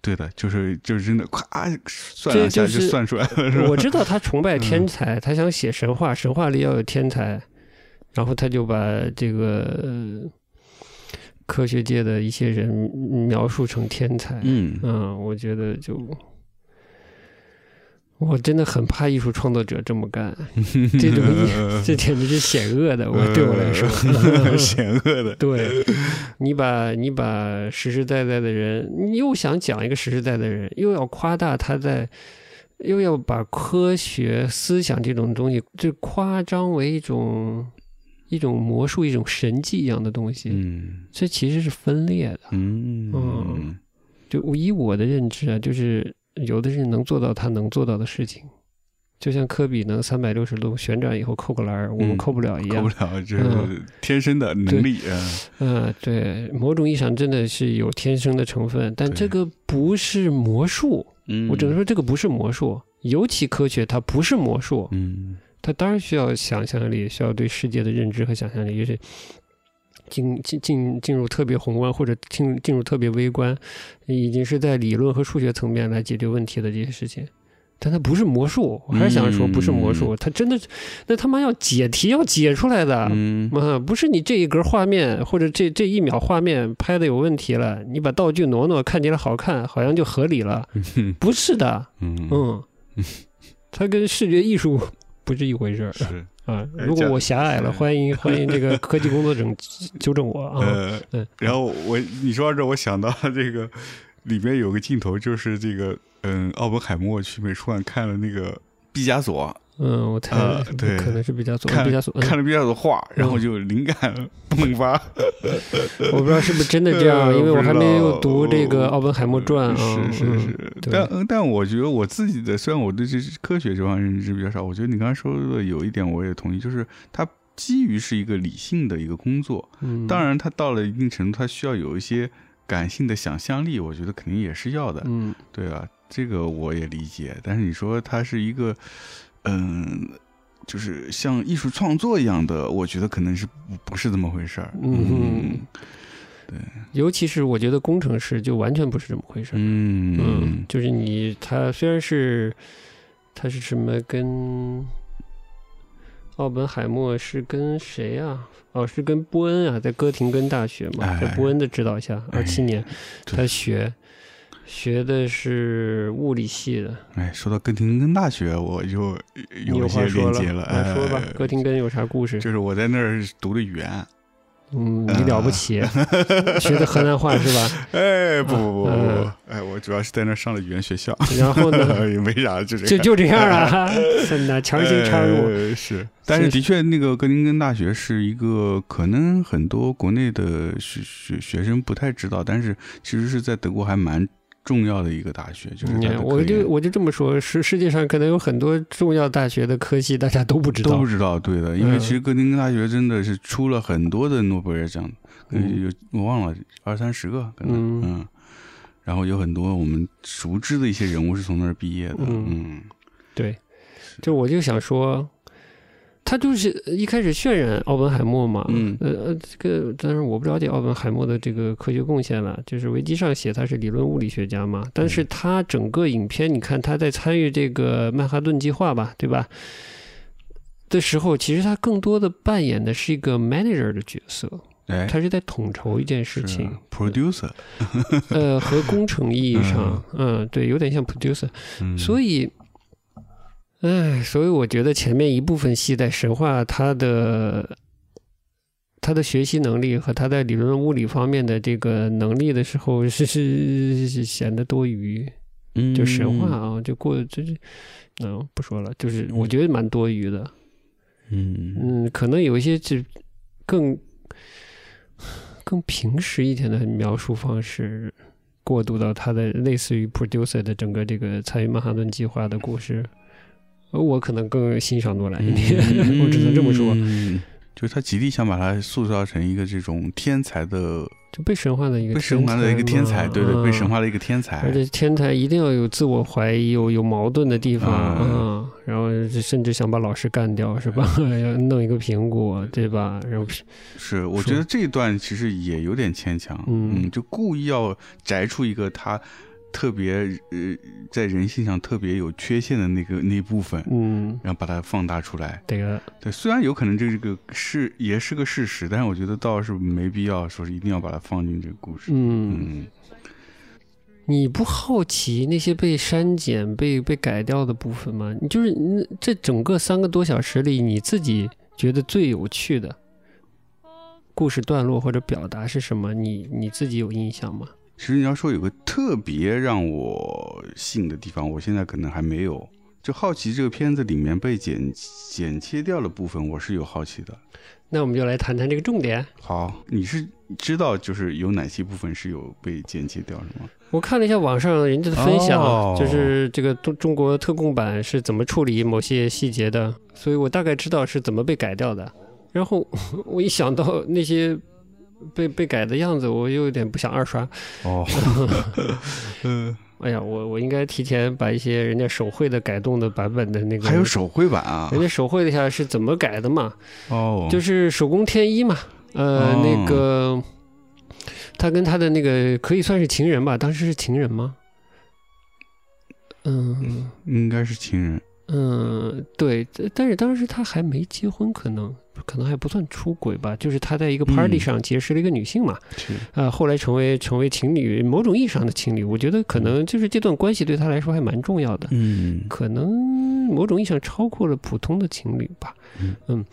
A: 对的，就是就是真的，咵算两
B: 这
A: 下
B: 就
A: 就是算出来了，是吧？嗯
B: 我知道他崇拜天才，他想写神话，神话里要有天才，然后他就把这个、呃、科学界的一些人描述成天才。
A: 嗯
B: 嗯，我觉得就我真的很怕艺术创作者这么干， 这种艺这简直是险恶的，我对我来 说。
A: 呃险恶的，
B: 对，你把你把实实在在的人，你又想讲一个实实在在的人，又要夸大他在，又要把科学思想这种东西，就夸张为一种一种魔术、一种神迹一样的东西，
A: 嗯
B: 这其实是分裂的。
A: 嗯
B: 嗯就我以我的认知啊，就是有的人能做到他能做到的事情，就像科比能三百六十度旋转以后扣个篮儿，我们
A: 嗯
B: 扣不了一
A: 扣
B: 样
A: 不。了，这是
B: 嗯
A: 天生的能力，嗯
B: 嗯，对，某种意义上真的是有天生的成分，但
A: 对
B: 这个不是魔术，
A: 嗯，
B: 我只能说这个不是魔术。尤其科学，它不是魔术，
A: 嗯，
B: 它当然需要想象力，需要对世界的认知和想象力，就是进进进进入特别宏观或者进进入特别微观，已经是在理论和数学层面来解决问题的这些事情。但它不是魔术，我还是想说不是魔术，它真的，那他妈要解题要解出来的，
A: 嗯
B: 啊，不是你这一格画面或者这这一秒画面拍的有问题了，你把道具挪挪，看起来好看，好像就合理了。不是的，
A: 嗯，
B: 嗯，它跟视觉艺术不是一回事儿
A: 是
B: 啊。
A: 哎
B: 如果
A: 这
B: 我狭隘了，
A: 是
B: 欢迎 欢迎这个科技工作者纠正我啊。
A: 呃，
B: 嗯，
A: 然后我你说到这，我想到了这个里面有个镜头，就是这个嗯，奥本海默去美术馆看了那个毕加索，
B: 嗯，我猜
A: 呃对
B: 可能是毕加索，
A: 看
B: 毕加索，嗯
A: 看了毕加索的画，然后就灵感迸发。
B: 我不知道是不是真的这 样，
A: 呃
B: 因为
A: 不
B: 我
A: 知
B: 还没有
A: 道
B: 读这个
A: 我
B: 《奥本海默传》啊。
A: 是是
B: 嗯
A: 是，
B: 对
A: 但但我觉得我自己的，虽然我对这科学这方面认知比较少，我觉得你刚才说的有一点我也同意，就是它基于是一个理性的一个工作，
B: 嗯，
A: 当然它到了一定程度，它需要有一些感性的想象力，我觉得肯定也是要的。
B: 嗯，
A: 对啊，这个我也理解，但是你说它是一个，嗯、就是像艺术创作一样的，我觉得可能是不不是这么回事儿。
B: 嗯尤其是我觉得工程师就完全不是这么回事儿。
A: 嗯
B: 嗯
A: 嗯，
B: 就是你他虽然是他是什么跟奥本海默是跟谁啊？哦，是跟波恩啊，在哥廷根大学嘛，在
A: 哎
B: 波恩的指导下，二七年
A: 对
B: 他学，学的是物理系的，
A: 哎，说到哥廷根大学，我就
B: 你
A: 有一
B: 话
A: 些
B: 说
A: 连接
B: 了，
A: 了。
B: 啊说吧
A: 哎，
B: 哥廷根有啥故事？
A: 就是我哎在那儿读的语言，
B: 嗯，你了 不起， 学的河南话是吧？
A: 哎，不不不不不
B: 嗯，
A: 哎，我主要是在那儿上了语言学校，
B: 然后 呢，
A: 也没啥，就这样
B: 就就嗯这样啊， 真的强行插入，
A: 呃是，但是
B: 是
A: 的确，那个哥廷根大学是一个可能很多国内的学学学生不太知道，但是其实是在德国还蛮重要的一个大学，就是它
B: 你
A: 的
B: 看，
A: 科
B: 嗯我
A: 研
B: 就我就这么说，世世界上可能有很多重要大学的科系，大家都不知
A: 都
B: 道
A: 不。知道，对的，因为
B: 嗯
A: 其实哥廷根大学真的是出了很多的诺贝尔奖，
B: 嗯
A: 有我忘了二三十个，可能
B: 嗯
A: 嗯，然后有很多我们熟知的一些人物是从那儿毕业的，嗯
B: 嗯对，就我就想说，他就是一开始渲染奥本海默嘛，
A: 嗯
B: 呃呃，这个当然我不了解奥本海默的这个科学贡献了，就是维基上写他是理论物理学家嘛，但
A: 嗯
B: 是他整个影片你看他在参与这个曼哈顿计划吧，对吧？的时候，其实他更多的扮演的是一个 manager 的角色，
A: 哎，
B: 他是在统筹一件事
A: 是啊
B: 情。
A: producer，
B: 呃，和工程意义上，嗯，对，有点像 producer，所
A: 以
B: 以，哎，所以我觉得前面一部分戏在神话他的他的学习能力和他在理论物理方面的这个能力的时候，是是是显得多余，就神话，啊，就过就是，嗯，不说了，就是我觉得蛮多余的，
A: 嗯
B: 嗯，可能有一些就更更平实一点的描述方式，过渡到他的类似于 producer 的整个这个参与曼哈顿计划的故事，呃我可能更欣赏诺兰啊一点， 我只能这么说，
A: 嗯就是他极力想把它塑造成一个这种天才的
B: 就被神化的一个
A: 被神化的一个天才，
B: 嘛
A: 对对，被神。
B: 嗯
A: 化的一个天才
B: 而，且天才一定要有自我怀疑，有有矛盾的地方
A: 啊
B: 嗯，然后甚至想把老师干掉，是吧？ 要弄一个苹果，对吧？然后
A: 是，我
B: 说
A: 觉得这一段其实也有点牵强，
B: 嗯
A: 就故意要摘出一个他特别呃在人性上特别有缺陷的那个那部分，
B: 嗯，
A: 然后把它放大出来。
B: 这个
A: 对，虽然有可能这个是也是个事实，但是我觉得倒是没必要说是一定要把它放进这个故事。
B: 嗯
A: 嗯
B: 你不好奇那些被删减、被被改掉的部分吗？你就是你这整个三个多小时里，你自己觉得最有趣的故事段落或者表达是什么？你你自己有印象吗？
A: 其实你要说有个特别让我吸引的地方，我现在可能还没有。就好奇这个片子里面被剪剪切掉的部分，我是有好奇的。
B: 那我们就来谈谈这个重点。
A: 好，你是知道就是有哪些部分是有被剪切掉是吗？
B: 我看了一下网上人家的分享，
A: 哦
B: 就是这个中中国特供版是怎么处理某些细节的，所以我大概知道是怎么被改掉的。然后 我一想到那些被被改的样子，我又有点不想二刷。
A: 哦，呃，
B: 哎呀，我我应该提前把一些人家手绘的改动的版本的那 个，
A: 还有手绘版啊
B: 人？家手绘了一下是怎么改的嘛，
A: 哦，
B: 就是是手工添衣嘛，呃，
A: 哦
B: 那个他跟他的那个可以算是情人吧，当时是情人吗？嗯
A: 应该是情人，
B: 嗯，对，但是当时他还没结婚，可能可能还不算出轨吧，就是他在一个 party
A: 嗯
B: 上结识了一个女性嘛，
A: 是
B: 啊，后来成为成为情侣，某种意义上的情侣，我觉得可能就是这段关系对他来说还蛮重要的。
A: 嗯
B: 可能某种意义上超过了普通的情侣吧
A: 嗯。
B: 嗯，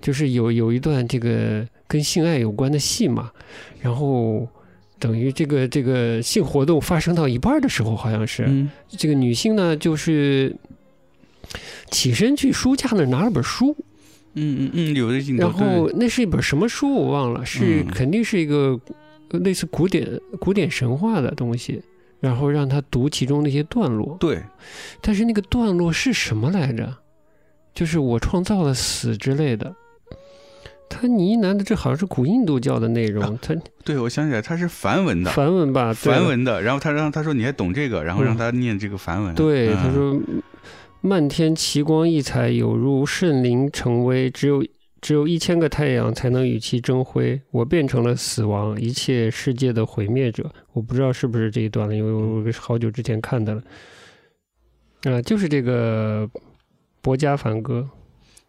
B: 就是有有一段这个跟性爱有关的戏嘛，然后等于这个这个性活动发生到一半儿的时候，好像是、
A: 嗯
B: 这个女性呢，就是起身去书架那儿拿了本书，
A: 嗯嗯嗯，有的镜头，
B: 然后
A: 对
B: 那是一本什么书我忘了，是
A: 嗯
B: 肯定是一个呃类似古典古典神话的东西，然后让她读其中的一些段落。
A: 对，
B: 但是那个段落是什么来着？就是我创造了死之类的。他呢喃的，这好像是古印度教的内容，他
A: 对我想起来，它是梵文的，
B: 梵文吧？对
A: 啊梵。文的。然后他让他说你还懂这个，然后让他念这个梵文。
B: 对，
A: 嗯
B: 他说：“漫天奇光异彩，有如圣灵成威，只有只有一千个太阳才能与其争辉。我变成了死亡，一切世界的毁灭者。”我不知道是不是这一段了，因为
A: 嗯
B: 我好久之前看的了。啊、就是这个博加梵歌，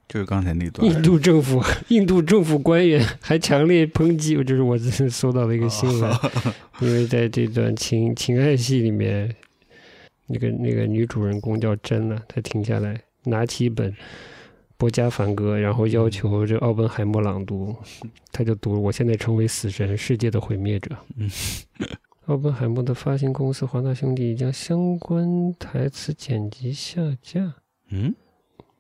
A: 就是刚才那段。
B: 印度政府， 印度政府官员还强烈抨击，这是我这是搜到的一个新 闻，因为在这段情情爱戏里面，那个那个女主人公叫珍呢、她停下来拿起一本博加梵歌，然后要求这奥本海默朗 读，她就读：“我现在成为死神，世界的毁灭者。”
A: 嗯
B: 奥本海默的发行公司华纳兄弟将相关台词剪辑下架。
A: 嗯，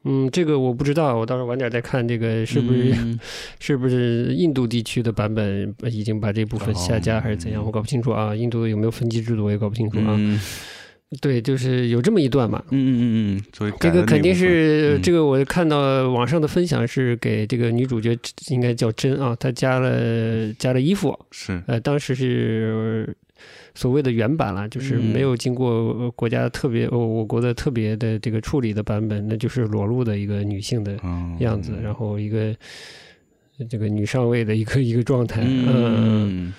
B: 嗯，这个我不知道，我到时候晚点再看这个是不是、
A: 嗯
B: 是不是印度地区的版本已经把这部分下架还是怎样？
A: 哦
B: 我搞不清楚啊。印度有没有分级制度，我也搞不清楚啊。
A: 嗯
B: 对，就是有这么一段嘛。
A: 嗯嗯嗯嗯，所以
B: 这
A: 改
B: 个
A: 的那
B: 肯定
A: 部分
B: 是、
A: 嗯
B: 这个，我看到网上的分享是给这个女主角，应该叫珍啊，她加了加了衣服，
A: 是
B: 呃，当时是所谓的原版啦，就是
A: 嗯
B: 没有经过呃国家特别，呃我国的特别的这个处理的版本，那就是裸露的一个女性的
A: 嗯
B: 样子，然后一个这个女上位的一个一个状态，
A: 嗯
B: 嗯，
A: 嗯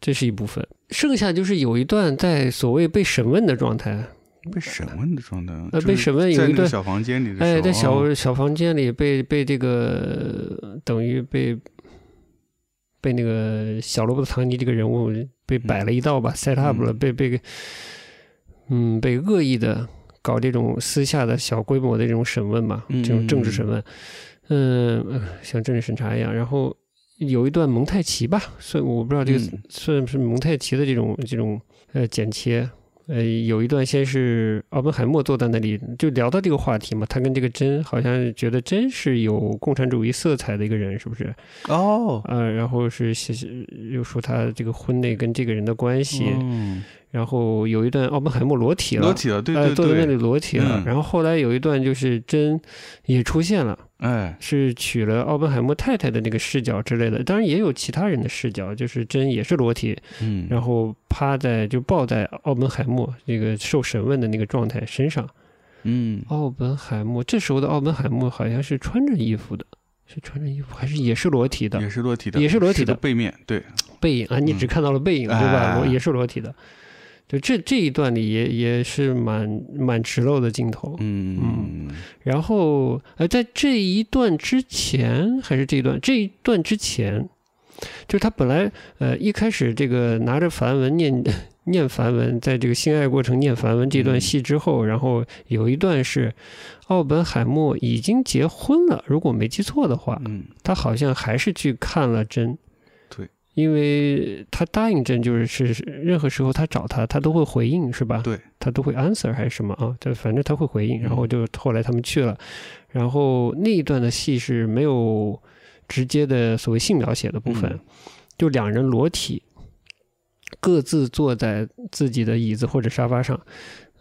B: 这是一部分。剩下就是有一段在所谓被审问的状态，
A: 嗯被审问的状态，
B: 呃，
A: 就
B: 被
A: 是
B: 审问
A: 在
B: 有
A: 那
B: 一
A: 个
B: 段，
A: 小房间里的时候，
B: 哎，在
A: 哦
B: 小小房间里被被这个呃等于被被那个小罗伯特唐尼这个人物被摆了一道吧、s e t up 了，
A: 嗯
B: 被被嗯被恶意的搞这种私下的小规模的这种审问嘛，
A: 嗯
B: 这种政治审问，嗯、呃像政治审查一样，然后。有一段蒙太奇吧，算我不知道这个
A: 嗯
B: 算不是蒙太奇的这种这种呃剪切。呃，有一段先是奥本海默坐在那里，就聊到这个话题嘛。他跟这个真好像觉得真是有共产主义色彩的一个人，是不是？
A: 哦，
B: 呃，然后是写又说他这个婚内跟这个人的关系，
A: 嗯
B: 然后有一段奥本海默裸体了，
A: 裸体了，对
B: 呃，
A: 对
B: 坐在那
A: 对，
B: 里裸体了。
A: 嗯
B: 然后后来有一段就是真也出现了，
A: 哎，
B: 是取了奥本海默太太的那个视角之类的，当然也有其他人的视角，就是真也是裸体，
A: 嗯，
B: 然后趴在就抱在奥本海默那个受审问的那个状态身上。
A: 嗯，
B: 奥本海默这时候的奥本海默好像是穿着衣服的，是穿着衣服还是也是裸体的
A: 也是裸体的，
B: 也是裸体的
A: 的背面，对，
B: 背影啊？你只看到了背影、
A: 嗯
B: 对吧？
A: 哎
B: 裸也是裸体的，就这这一段里也也是蛮蛮直露的镜头。
A: 嗯
B: 然后呃，在这一段之前，还是这一段这一段之前，就是他本来呃一开始这个拿着梵文念 念梵文，在这个性爱过程念梵文这段戏之后，然后有一段是奥本海默已经结婚了，如果没记错的话，
A: 嗯，
B: 他好像还是去看了真。
A: 对。
B: 因为他答应真就是是是任何时候他找他，他都会回应，是吧？
A: 对，
B: 他都会 answer 还是什么啊？就反正他会回
A: 嗯
B: 应。然后就后来他们去了，然后那一段的戏是没有直接的所谓性描写的部分，
A: 嗯
B: 就两人裸体，各自坐在自己的椅子或者沙发上。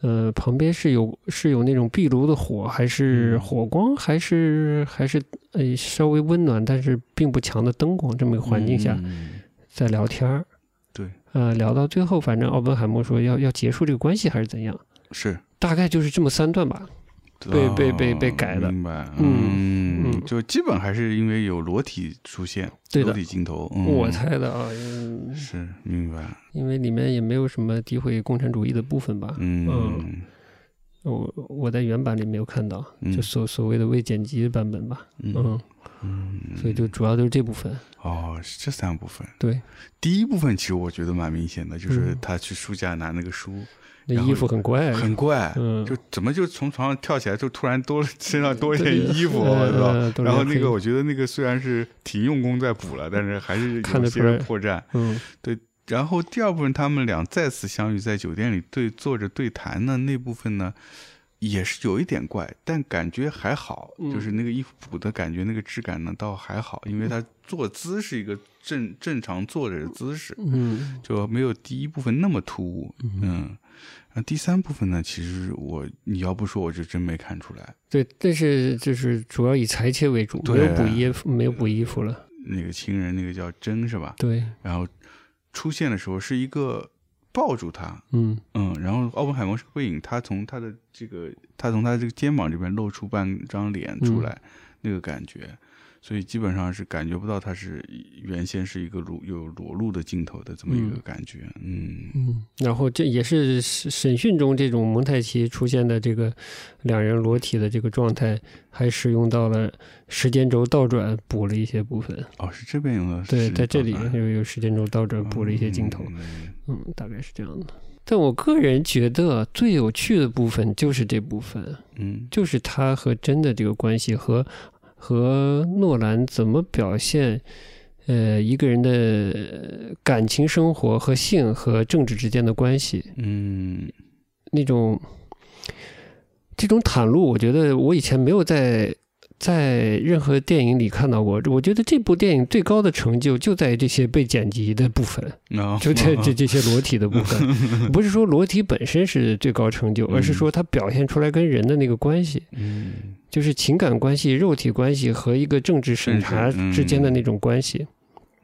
B: 呃，旁边是有是有那种壁炉的火，还是
A: 嗯
B: 火光，还是还是呃稍微温暖，但是并不强的灯光这么一个环境下，
A: 嗯
B: 在聊天儿。
A: 对，
B: 呃，聊到最后，反正奥本海默说要要结束这个关系还是怎样，
A: 是
B: 大概就是这么三段吧。被被被被改的
A: 哦明白，
B: 嗯
A: 嗯
B: 嗯，
A: 就基本还是因为有裸体出现，
B: 对
A: 裸
B: 的
A: 体镜头，嗯
B: 我猜的啊，嗯
A: 是明白，
B: 因为里面也没有什么诋毁共产主义的部分吧。
A: 嗯
B: 我我在原版里没有看到，
A: 嗯
B: 就所所谓的未剪辑版本吧。
A: 嗯
B: 嗯，
A: 嗯
B: 所以就主要就是这部分。
A: 哦，是这三部分，
B: 对，
A: 第一部分其实我觉得蛮明显的，就是
B: 嗯
A: 他去书架拿那个书，
B: 那
A: 然后
B: 衣服很怪，
A: 很怪，
B: 嗯，
A: 就怎么就从床上跳起来，就突然多了身上多一件
B: 对
A: 衣服，
B: 呃
A: 我操！
B: 呃都是
A: 然后
B: 黑
A: 那个，我觉得那个虽然是挺用功在补了，但是还是
B: 看
A: 有
B: 得
A: 些
B: 出来
A: 破绽。
B: 嗯
A: 然后第二部分，他们俩再次相遇在酒店里对坐着对谈呢，那部分呢也是有一点怪，但感觉还好，
B: 嗯
A: 就是那个衣服补的感觉，那个质感呢倒还好，因为他坐姿是一个正正常坐着的姿势，
B: 嗯
A: 就没有第一部分那么突兀。嗯，那第三部分呢，其实我你要不说，我就真没看出来。
B: 对，但是就是主要以裁切为主，没
A: 对
B: 有补衣服，没有补衣服了。
A: 那个情人，那个叫真是吧？
B: 对，
A: 然后出现的时候是一个抱住他，
B: 嗯
A: 嗯，然后奥本海默是个背影，他从他的
B: 嗯
A: 这个，他从他这个肩膀这边露出半张脸出来，那个感觉。所以基本上是感觉不到它是原先是一个裸有裸露的镜头的这么一个感觉，嗯
B: 嗯，然后这也是审审讯中这种蒙太奇出现的这个两人裸体的这个状态，还使用到了时间轴倒转补了一些部分。
A: 哦是这边用的
B: 对，
A: 是
B: 在这里
A: 倒
B: 又有时间轴倒转
A: 转
B: 补了一些镜头，
A: 嗯嗯
B: 嗯，大概是这样的。但我个人觉得最有趣的部分就是这部分，
A: 嗯
B: 就是他和真的这个关系和和诺兰怎么表现，呃，一个人的呃感情生活和性和政治之间的关系，
A: 嗯
B: 那种这种袒露，我觉得我以前没有在在任何电影里看到过。我觉得这部电影最高的成就就在于这些被剪辑的部分，
A: 然后
B: 就在这这些裸体的部分。不是说裸体本身是最高成就，而是说它表现出来跟人的那个关系。
A: 嗯
B: 就是情感关系、肉体关系和一个政治审查
A: 政治嗯
B: 之间的那种关系，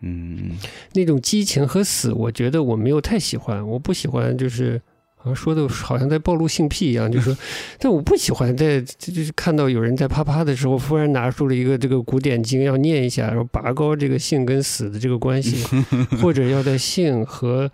A: 嗯
B: 那种激情和死，我觉得我没有太喜欢，我不喜欢就是。好像说的好像在暴露性癖一样， 就是说，但我不喜欢在就就是看到有人在啪啪的时候，忽然拿出了一个这个古典经要念一下，然后拔高这个性跟死的这个关系，或者要在性和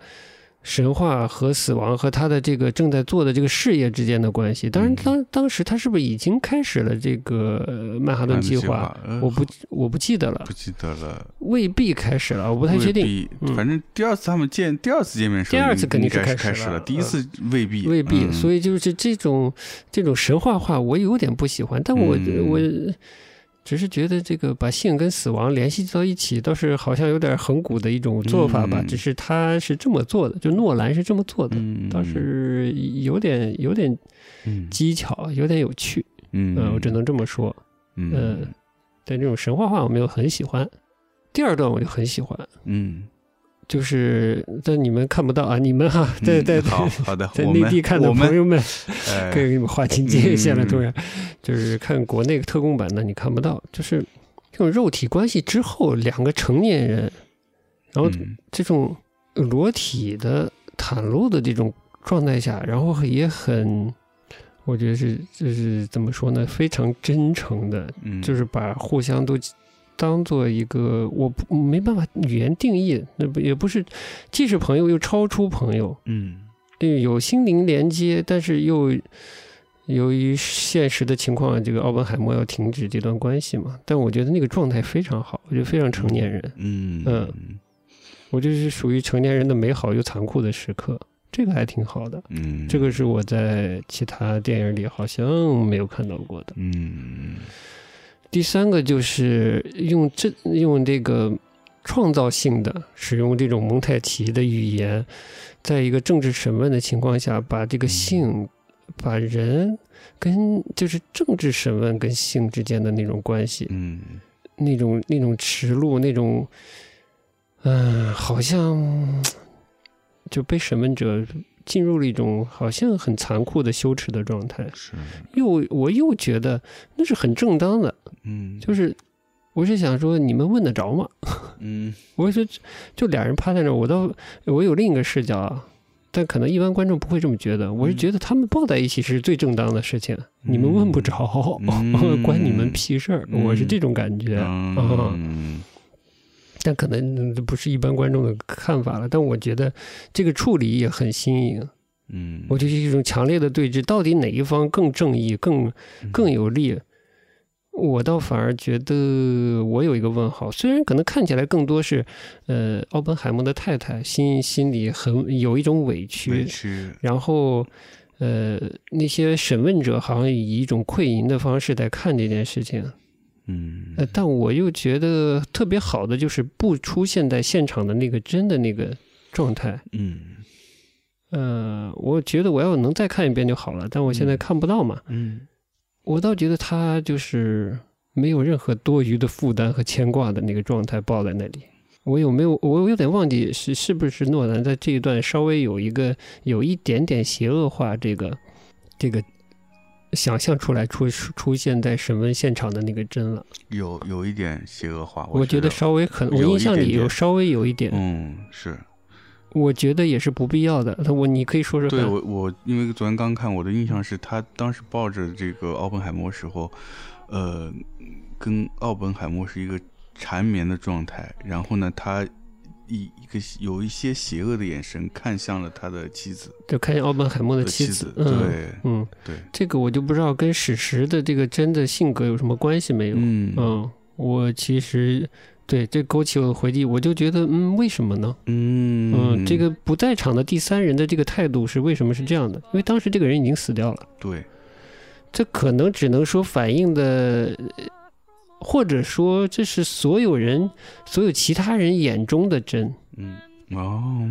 B: 神话和死亡和他的这个正在做的这个事业之间的关系。当然，
A: 嗯
B: 当当时他是不是已经开始了这个呃曼哈顿计划？，
A: 呃
B: 我不我不记得了
A: 不，记得了，
B: 未必开始了，我不太确定，
A: 定
B: 嗯
A: 反正第二次他们见第二次见面的时候，
B: 第二次
A: 应
B: 肯定
A: 应
B: 是
A: 该是
B: 开
A: 开
B: 始
A: 始
B: 了呃
A: 第一次未必嗯
B: 未必。所
A: 以
B: 以就是这种这种神话化，我有点不喜欢，但我、
A: 嗯
B: 我。只是觉得这个把性跟死亡联系到一起，倒是好像有点很古的一种做法吧。
A: 嗯
B: 只是他是这么做的，就诺兰是这么做的。
A: 嗯
B: 倒是有点有点
A: 嗯
B: 技巧，有点有趣，
A: 嗯
B: 嗯、我只能这么说。呃
A: 嗯
B: 但这种神话化我没有很喜欢。第二段我就很喜欢，
A: 嗯。
B: 就是但你们看不到啊，你们哈、在
A: 嗯
B: 在、
A: 好好的，
B: 在
A: 我
B: 内
A: 们
B: 地看的
A: 我们
B: 朋友们，
A: 哎
B: 可以给你们划清界限了。
A: 嗯
B: 突然，就是看国内特供版的你看不到，就是这种肉体关系之后，两个成年人，然后
A: 嗯
B: 这种裸体的袒露的这种状态下，然后也很，我觉得是就是怎么说呢，非常真诚的，
A: 嗯
B: 就是把互相都当做一个我不没办法语言定义，那不也不是既是朋友又超出朋友，
A: 嗯
B: 对，有心灵连接，但是又由于现实的情况，这个奥本海默要停止这段关系嘛。但我觉得那个状态非常好，我觉得非常成年人，
A: 嗯
B: 嗯我就是属于成年人的美好又残酷的时刻，这个还挺好的。
A: 嗯，
B: 这个是我在其他电影里好像没有看到过的。
A: 嗯
B: 第三个就是用这用这个创造性的使用这种蒙太奇的语言，在一个政治审问的情况下，把这个性、把人跟就是政治审问跟性之间的那种关系，
A: 嗯
B: 那种那种耻辱，那种嗯、好像就被审问者进入了一种好像很残酷的羞耻的状态。
A: 是
B: 又我又觉得那是很正当的。
A: 嗯
B: 就是我是想说，你们问得着吗？
A: 嗯
B: 我是说，就俩人趴在那儿，我倒我有另一个视角啊，但可能一般观众不会这么觉得。
A: 嗯
B: 我是觉得他们抱在一起是最正当的事情，你们问不着，
A: 嗯
B: 关你们屁啊事儿，
A: 嗯
B: 我是这种感觉。
A: 嗯
B: 但可能不是一般观众的看法了，但我觉得这个处理也很新颖。
A: 嗯，
B: 我就是一种强烈的对峙，到底哪一方更正义、更
A: 嗯
B: 更有利。我倒反而觉得我有一个问号，虽然可能看起来更多是，呃，奥本海默的太太心心里很有一种委屈，
A: 委屈，
B: 然后，呃，那些审问者好像以一种窥淫的方式在看这件事情，
A: 嗯
B: 呃，但我又觉得特别好的就是不出现在现场的那个真的那个状态，
A: 嗯
B: 呃，我觉得我要能再看一遍就好了，但我现在
A: 嗯
B: 看不到嘛，
A: 嗯
B: 我倒觉得他就是没有任何多余的负担和牵挂的那个状态抱在那里。我有没有？我有点忘记是是不是诺兰在这一段稍微有一个有一点点邪恶化这个这个想象出来出出现在审问现场的那个真了。
A: 有有一点邪恶化，
B: 我觉得稍微可能我
A: 有
B: 印
A: 一
B: 象
A: 点
B: 里有
A: 点
B: 稍微有一点，
A: 嗯是
B: 我觉得也是不必要的。那我你可以说说
A: 对
B: 看，
A: 我我因为昨天刚看，我的印象是他当时抱着这个奥本海默时候，呃，跟奥本海默是一个缠绵的状态，然后呢，他一一个有一些邪恶的眼神看向了他的妻子
B: 就看见奥本海默的
A: 的
B: 妻
A: 子，
B: 嗯
A: 对
B: 嗯，
A: 对，
B: 这个我就不知道跟史实的这个真的性格有什么关系没有。
A: 嗯
B: 嗯，我其实对这勾起我的回忆，我就觉得，嗯，为什么呢？
A: 嗯
B: 嗯，这个不在场的第三人的这个态度是为什么是这样的？因为当时这个人已经死掉了，
A: 对，
B: 这可能只能说反映的，呃或者说这是所有人、所有其他人眼中的真，
A: 嗯哦，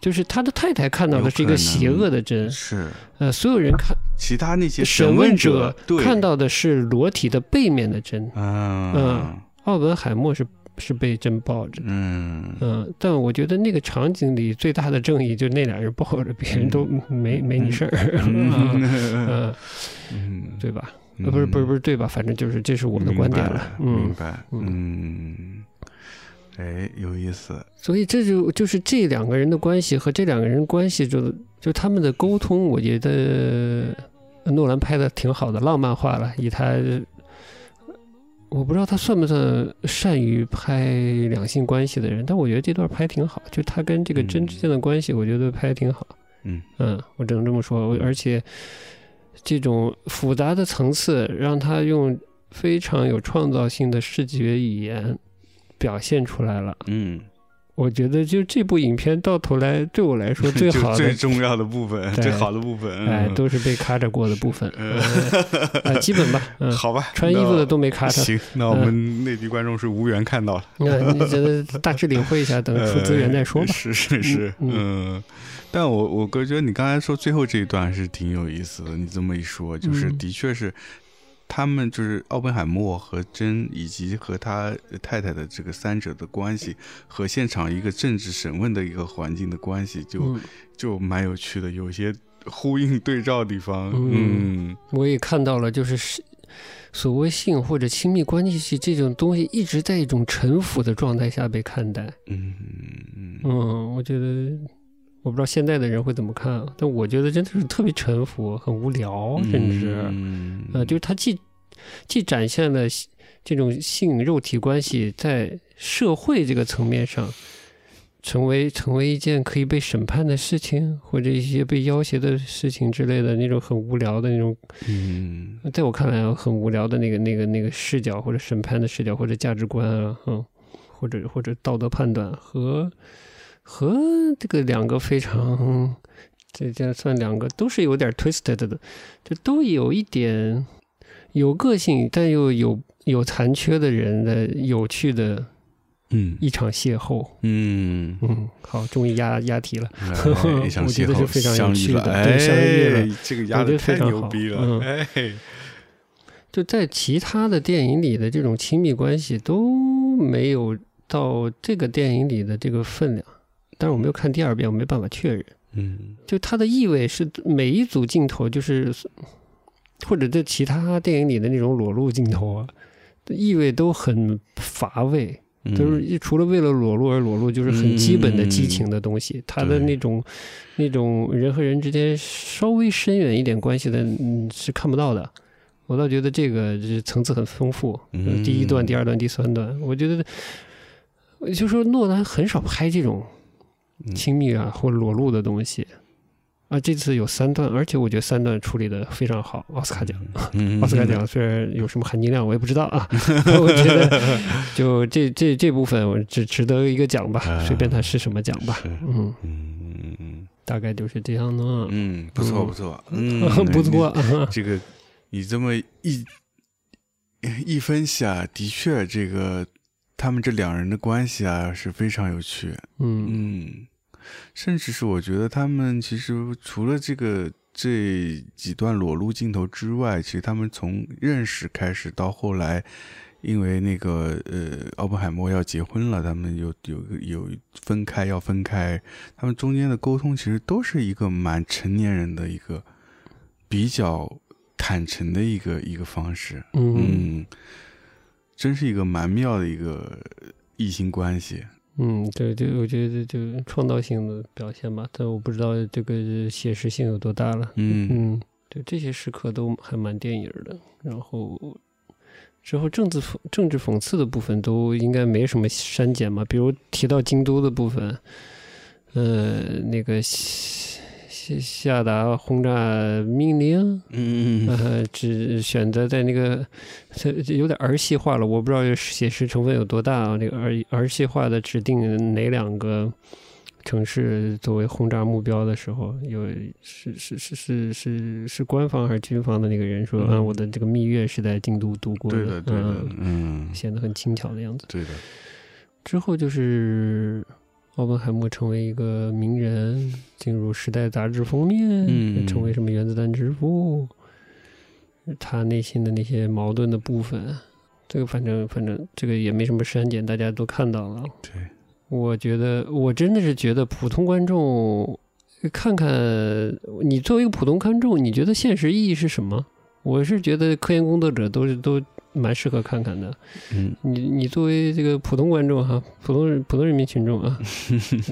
B: 就是他的太太看到的是一
A: 有
B: 个
A: 可能
B: 邪恶的真，
A: 是
B: 呃，所有人看
A: 其他那些
B: 审
A: 问
B: 者
A: 对
B: 看到的是裸体的背面的真，
A: 嗯
B: 奥本海默是是被真抱着的。
A: 嗯
B: 嗯，但我觉得那个场景里最大的正义就是那俩人抱着，别人都没没你事儿， 嗯
A: 嗯
B: 嗯，
A: 嗯，
B: 对吧？呃，不是不是不是对吧？反正就是这是我的观点了，
A: 明
B: 嗯。
A: 白了，明白，嗯，哎，有意思，
B: 所以这就就是这两个人的关系和这两个人关系就就他们的沟通，我觉得呃诺兰拍的挺好的，浪漫化了。以他，我不知道他算不算善于拍两性关系的人，但我觉得这段拍挺好，就他跟这个真之间的关系，我觉得拍挺好。
A: 嗯
B: 嗯，我只能这么说。我而且这种复杂的层次，让他用非常有创造性的视觉语言表现出来了。
A: 嗯，
B: 我觉得就这部影片到头来，对我来说最
A: 就
B: 好
A: 最
B: 的。
A: 重要的部分，
B: 对
A: 最好的部分，
B: 哎，
A: 嗯
B: 都是被卡着过的部分，
A: 呃
B: 呃，基本吧，嗯，
A: 好吧，
B: 穿衣服的嗯
A: 那
B: 都没卡 着，
A: 行，那我们内地观众是无缘看到了。
B: 那你觉得大致领会 一下，等出资源再说
A: 呃
B: 吧。
A: 是是是，
B: 嗯
A: 嗯，但我我哥觉得你刚才说最后这一段是挺有意思的，你这么一说，就是
B: 嗯
A: 的确是。他们就是奥本海默和珍，以及和他太太的这个三者的关系，和现场一个政治审问的一个环境的关系，就
B: 嗯，
A: 就蛮有趣的，有些呼应对照的地方。
B: 嗯
A: 嗯
B: 我也看到了，就是是所谓性或者亲密关系这种东西，一直在一种臣服的状态下被看待。
A: 嗯嗯嗯
B: 嗯，我觉得我不知道现在的人会怎么看啊，但我觉得真的是特别沉浮，很无聊，甚至、
A: 嗯
B: 呃，就是它既既展现了性这种性肉体关系在社会这个层面上。成为成为一件可以被审判的事情，或者一些被要挟的事情之类的那种很无聊的那种，
A: 嗯
B: 在我看来啊很无聊的那个那个那个视角，或者审判的视角，或者价值观啊，嗯，或者或者道德判断和和这个两个非常，这这算两个都是有点 twisted 的，就都有一点有个性但又有有残缺的人的有趣的
A: 嗯
B: 一场邂逅。
A: 嗯
B: 嗯，好，终于压压题了。
A: 哎 一场
B: 我觉
A: 邂
B: 得
A: 逅
B: 是非常有
A: 相遇
B: 趣
A: 了，
B: 的
A: 哎，
B: 对相遇
A: 这个压
B: 我
A: 的
B: 觉得非
A: 太
B: 常
A: 牛
B: 好
A: 逼了，
B: 嗯
A: 哎，
B: 就在其他的电影里的这种亲密关系都没有到这个电影里的这个分量。但是我没有看第二遍，我没办法确认。
A: 嗯
B: 就它的意味是每一组镜头，就是或者在其他电影里的那种裸露镜头啊，意味都很乏味。
A: 嗯
B: 就是除了为了裸露而裸露，就是很基本的激情的东西。他的
A: 对
B: 那种那种人和人之间稍微深远一点关系的，嗯，是看不到的。我倒觉得这个就是层次很丰富，呃
A: 嗯
B: 第一段、第二段、第三段，我觉得我就说诺兰很少拍这种
A: 嗯
B: 亲密啊或裸露的东西。啊，这次有三段，而且我觉得三段处理的非常好，奥斯卡奖。
A: 嗯
B: 奥斯卡奖虽然有什么含金量，我也不知道啊。 我觉得就这这这部分，我只值得一个奖吧
A: 啊，
B: 随便它是什么奖吧
A: 是。
B: 嗯，
A: 嗯嗯
B: 大概就是这样啊呢。
A: 嗯，不错不错， 嗯
B: 不错，，
A: 你这个你这么一一分析啊，的确这个他们这两人的关系啊是非常有趣，
B: 嗯
A: 嗯，甚至是我觉得他们其实除了这个这几段裸露镜头之外，其实他们从认识开始到后来，因为那个呃奥本海默要结婚了，他们有有有分开要分开，他们中间的沟通其实都是一个蛮成年人的一个比较坦诚的一个一个方式，
B: 嗯
A: 嗯，真是一个蛮妙的一个异性关系，
B: 嗯，对，就我觉得就创造性的表现吧，但我不知道这个写实性有多大了。
A: 嗯
B: 嗯，对，这些时刻都还蛮电影儿的，然后之后政治讽政治讽刺的部分都应该没什么删减嘛，比如提到京都的部分，呃，那个夏夏夏达轰炸命令，啊
A: 嗯
B: 呃，只选择在那个， 这这有点儿戏化了，我不知道写实成分有多大啊。这个儿儿戏化的指定哪两个城市作为轰炸目标的时候，有是是是是是是官方还是军方的那个人说，
A: 嗯
B: 啊，我的这个蜜月是在京都度过
A: 对的，对的
B: 嗯，
A: 嗯，
B: 显得很轻巧的样子。
A: 对的，
B: 之后就是奥本海默成为一个名人，进入《时代》杂志封面，
A: 嗯
B: 成为什么原子弹之父，他内心的那些矛盾的部分，这个反正反正这个也没什么删减，大家都看到了。
A: 对，
B: 我觉得我真的是觉得普通观众看看你作为一个普通观众，你觉得现实意义是什么？我是觉得科研工作者都是都蛮适合看看的。
A: 嗯
B: 你你作为这个普通观众哈，普通人普通人民群众啊，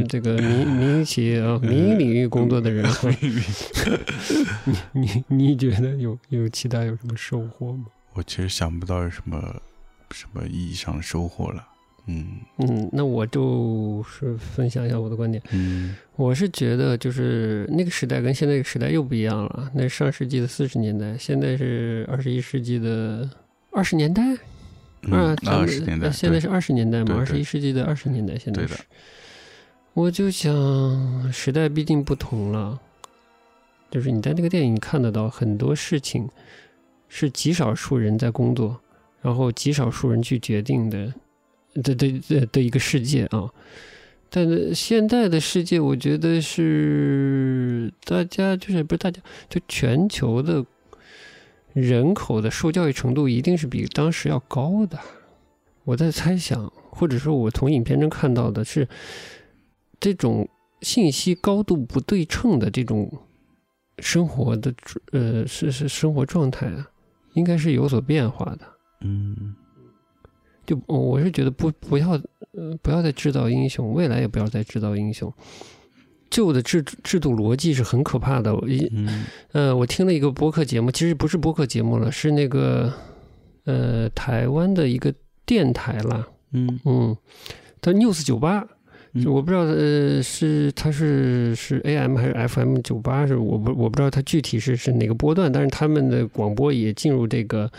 B: 这个民民营企业啊，民营领域工作的人啊，你你你觉得有有其他有什么收获吗？
A: 我其实想不到有什么什么意义上的收获了，嗯
B: 嗯，那我就是分享一下我的观点。
A: 嗯
B: 我是觉得，就是那个时代跟现在这个时代又不一样了。啊那是上世纪的四十年代，现在是二十一世纪的二十年代，
A: 嗯，
B: 咱
A: 二
B: 们
A: 十年代，
B: 呃现在
A: 对
B: 是二十年代嘛，
A: 对
B: 二
A: 对
B: 十一世纪的二十年代，现在
A: 对
B: 是。
A: 的
B: 我就想，时代毕竟不同了，就是你在那个电影看得到很多事情，是极少数人在工作，然后极少数人去决定的，的的的的一个世界啊。但是现在的世界，我觉得是大家就是不是大家，就全球的人口的受教育程度一定是比当时要高的。我在猜想，或者说我从影片中看到的是，这种信息高度不对称的这种生活的呃是是生活状态啊，应该是有所变化的。
A: 嗯
B: 就我我是觉得不不要呃不要再制造英雄，未来也不要再制造英雄。旧的制制度逻辑是很可怕的，我一
A: 嗯
B: 呃，我听了一个播客节目，其实不是播客节目了，是那个呃台湾的一个电台啦，
A: 嗯
B: 嗯，它 News 九八
A: 嗯，
B: 我不知道呃是它是是 AM 还是 FM 九八，是我不我不知道它具体是是哪个波段，但是他们的广播也进入这个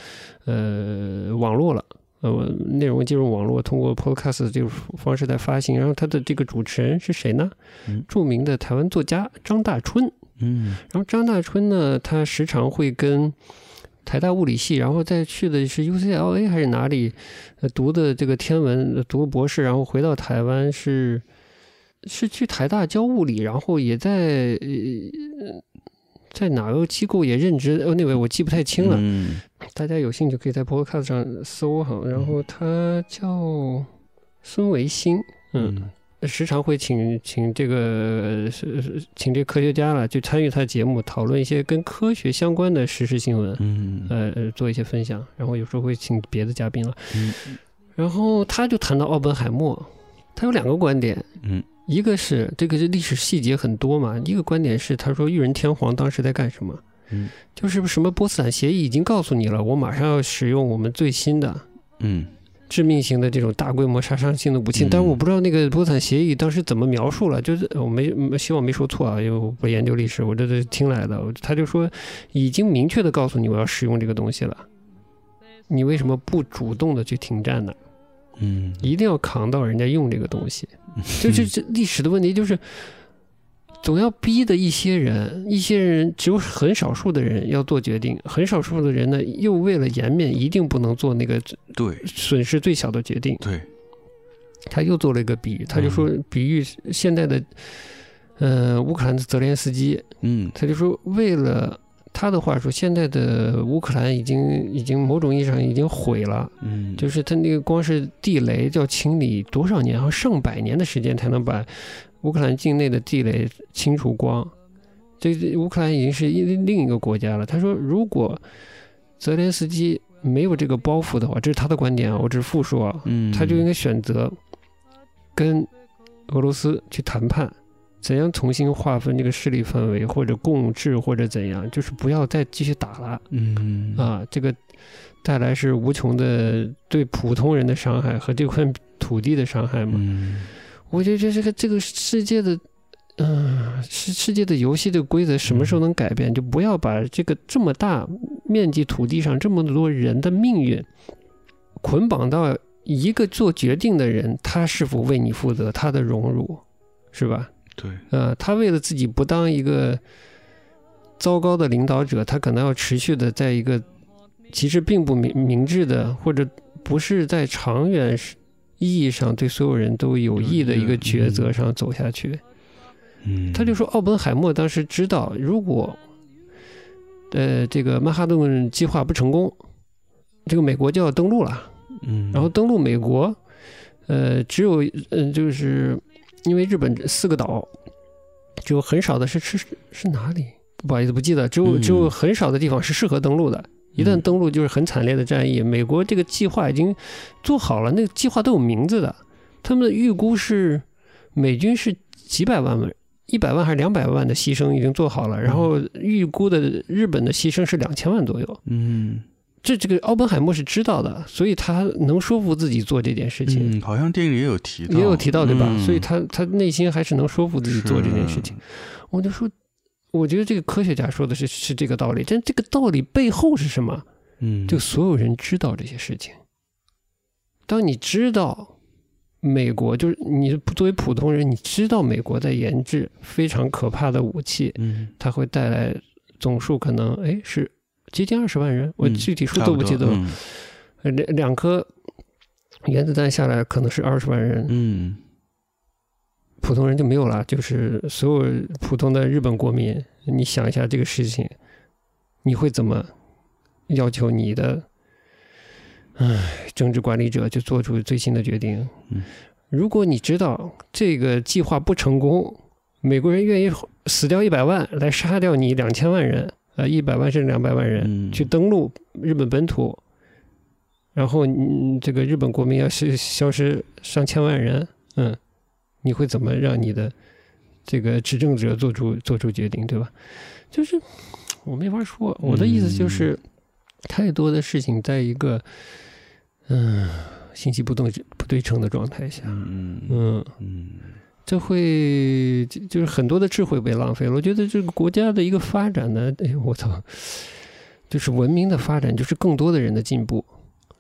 B: 呃网络了。呃，内容进入网络，通过 Podcast 的这种方式在发行。然后它的这个主持人是谁呢？
A: 嗯
B: 著名的台湾作家张大春。
A: 嗯
B: 然后张大春呢，他时常会跟台大物理系，然后再去的是 UCLA 还是哪里，呃读的这个天文，呃读博士，然后回到台湾是是去台大教物理，然后也在呃在哪个机构也任职，哦，那位我记不太清了。
A: 嗯
B: 大家有兴趣可以在 Podcast 上搜哈，然后他叫孙维新，嗯。时常会请请这个呃是是请这科学家了，去参与他的节目，讨论一些跟科学相关的时事新闻，
A: 嗯
B: 呃，呃做一些分享。然后有时候会请别的嘉宾了。
A: 嗯
B: 然后他就谈到奥本海默，他有两个观点，
A: 嗯，
B: 一个是这个是历史细节很多嘛，一个观点是他说裕仁天皇当时在干什么，
A: 嗯，
B: 就是什么波茨坦协议已经告诉你了，我马上要使用我们最新的，
A: 嗯
B: 致命型的这种大规模杀伤性的武器，
A: 嗯
B: 但是我不知道那个波茨坦协议当时怎么描述了，就是呃我没没希望没说错啊，因为我不研究历史，我这是听来的。我他就说已经明确的告诉你我要使用这个东西了，你为什么不主动的去停战呢？
A: 嗯，
B: 一定要扛到人家用这个东西，就是这历史的问题，就是总要逼的一些人，一些人只有很少数的人要做决定，很少数的人呢又为了颜面一定不能做那个
A: 对
B: 损失最小的决定。
A: 对，
B: 他又做了一个比喻，他就说比喻现在的，呃，乌克兰的泽连斯基，
A: 嗯
B: 他就说为了他的话说，现在的乌克兰已经已经某种意义上已经毁了，
A: 嗯，
B: 就是他那个光是地雷就要清理多少年，还上百年的时间才能把乌克兰境内的地雷清除光。这这乌克兰已经是一另一个国家了。他说，如果泽连斯基没有这个包袱的话，这是他的观点啊，我只是复述啊，
A: 嗯，
B: 他就应该选择跟俄罗斯去谈判，怎样重新划分这个势力范围，或者共治，或者怎样，就是不要再继续打了
A: 嗯，
B: 啊！这个带来是无穷的对普通人的伤害和这块土地的伤害嘛。
A: 嗯，
B: 我觉得这是个这个世界的，嗯、世世界的游戏的规则什么时候能改变？就不要把这个这么大面积土地上这么多人的命运捆绑到一个做决定的人，他是否为你负责，他的荣辱，是吧？
A: 对，
B: 呃，他为了自己不当一个糟糕的领导者，他可能要持续的在一个其实并不明明智的，或者不是在长远是意义上对所有人都有益的一个抉择上走下去。
A: 嗯，
B: 他就说，奥本海默当时知道，如果呃这个曼哈顿计划不成功，这个美国就要登陆了。
A: 嗯，
B: 然后登陆美国，呃，只有嗯、呃就是因为日本这四个岛，只有很少的是是是哪里？不好意思，不记得，只有
A: 嗯
B: 只有很少的地方是适合登陆的。一旦登陆，就是很惨烈的战役。美国这个计划已经做好了，那个计划都有名字的。他们的预估是美军是几百万人，一百万还是两百万的牺牲已经做好了，然后预估的日本的牺牲是两千万左右。
A: 嗯，
B: 这这个奥本海默是知道的，所以他能说服自己做这件事情，
A: 嗯，好像电影里也有提到，
B: 也有提到对吧？
A: 嗯
B: 所以他他内心还是能说服自己做这件事情。，我就说，我觉得这个科学家说的是是这个道理，但这个道理背后是什么？
A: 是嗯，
B: 就所有人知道这些事情。当你知道美国，就是你作为普通人，你知道美国在研制非常可怕的武器，
A: 嗯，
B: 它会带来总数可能哎是接近二十万人，我
A: 嗯
B: 具体数
A: 差
B: 都
A: 不
B: 不记得了。
A: 多，
B: 呃两两颗原子弹下来可能是二十万人，
A: 嗯
B: 普通人就没有了，就是所有普通的日本国民。你想一下这个事情，你会怎么要求你的，唉，政治管理者去做出最新的决定
A: 嗯？
B: 如果你知道这个计划不成功，美国人愿意死掉一百万来杀掉你两千万人，呃，一百万甚至两百万人，
A: 嗯，
B: 去登陆日本本土，然后你这个日本国民要是消失上千万人，嗯，你会怎么让你的这个执政者做出做出决定，对吧？就是我没法说，我的意思就是、太多的事情在一个嗯信息不动不对称的状态下，
A: 嗯嗯
B: 嗯，
A: 嗯
B: 这会就就是很多的智慧被浪费了。我觉得这个国家的一个发展呢，哎呦我操，就是文明的发展，就是更多的人的进步，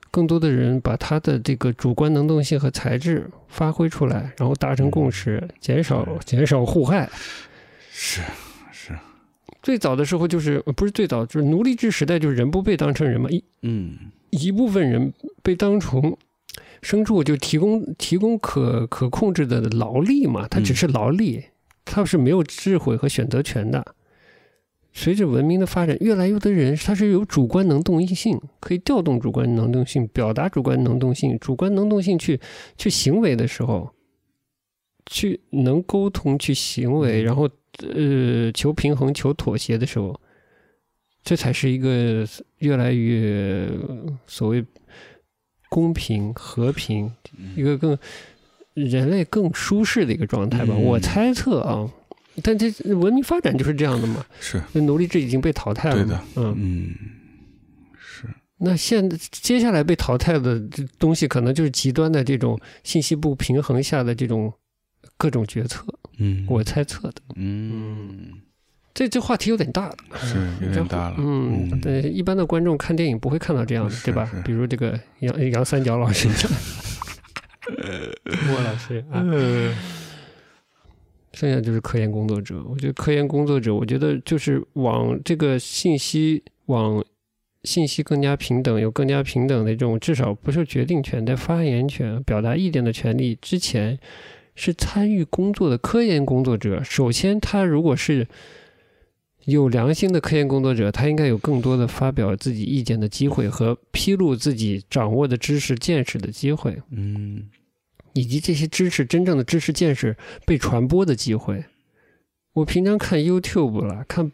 B: 更多的人把他的这个主观能动性和才智发挥出来，然后达成共识，减少减少互害。
A: 是是，
B: 最早的时候就是呃不是最早，就是奴隶制时代，就是人不被当成人嘛，一
A: 嗯
B: 一部分人被当成牲畜，就提供提供可可控制的劳力嘛，它只是劳力，它是没有智慧和选择权的。随着文明的发展，越来越多人他是有主观能动性，可以调动主观能动性，表达主观能动性，主观能动性去去行为的时候，去能沟通，去行为，然后呃求平衡、求妥协的时候，这才是一个越来越所谓公平、和平，一个更人类更舒适的一个状态吧。
A: 嗯
B: 我猜测啊，但这文明发展就是这样的嘛。
A: 是，
B: 那奴隶制已经被淘汰了
A: 对
B: 嘛，
A: 的，
B: 嗯，
A: 嗯是，
B: 那现接下来被淘汰的这东西，可能就是极端的这种信息不平衡下的这种各种决策，
A: 嗯
B: 我猜测的。
A: 嗯
B: 这这话题有点大了，
A: 是有点大了，
B: 嗯，对，一般的观众看电影不会看到这样的，
A: 是
B: 对吧
A: 是？
B: 比如这个杨杨三角老师， 郭老师啊，
A: 呃
B: 剩下就是科研工作者。我觉得科研工作者，我觉得就是往这个信息往信息更加平等，有更加平等的这种至少不受决定权、在发言权、表达意见的权利之前，是参与工作的科研工作者。首先，他如果是有良心的科研工作者，他应该有更多的发表自己意见的机会和披露自己掌握的知识、见识的机会。
A: 嗯
B: 以及这些知识真正的知识见识被传播的机会。我平常看 YouTube 啦，看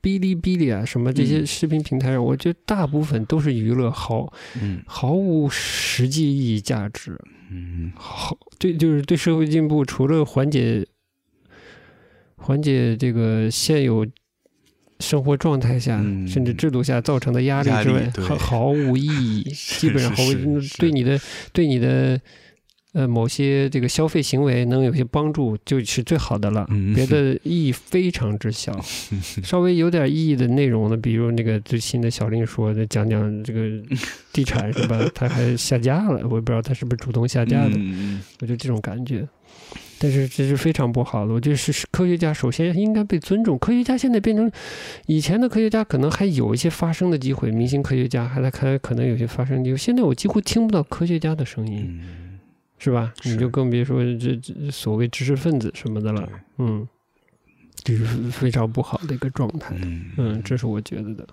B: 哔哩哔哩啊，什么这些
A: 嗯
B: 视频平台上，我觉得大部分都是娱乐，毫
A: 嗯
B: 毫无实际意义价值。
A: 嗯
B: 好，对，就是对社会进步，除了缓解缓解这个现有生活状态下、
A: 嗯
B: 甚至制度下造成的压力
A: 压力
B: 之外，
A: 对
B: 毫毫无意义，基本上毫无
A: 是是是
B: 对你的对你的呃某些这个消费行为能有些帮助，就是最好的了。
A: 嗯
B: 别的意义非常之小，稍微有点意义的内容呢，比如那个最新的小令说的，讲讲这个地产是吧？ 它还下架了，我也不知道它是不是主动下架的。
A: 嗯
B: 我就这种感觉。但是这是非常不好的，我觉得是是科学家首先应该被尊重。科学家现在变成以前的科学家可能还有一些发声的机会，明星科学家还来还可能有些发声机会。现在我几乎听不到科学家的声音，
A: 嗯，
B: 是吧？
A: 是
B: 你就更别说这这所谓知识分子什么的了
A: 对，
B: 嗯，这是非常不好的一个状态。
A: 嗯
B: 嗯，这是我觉得的。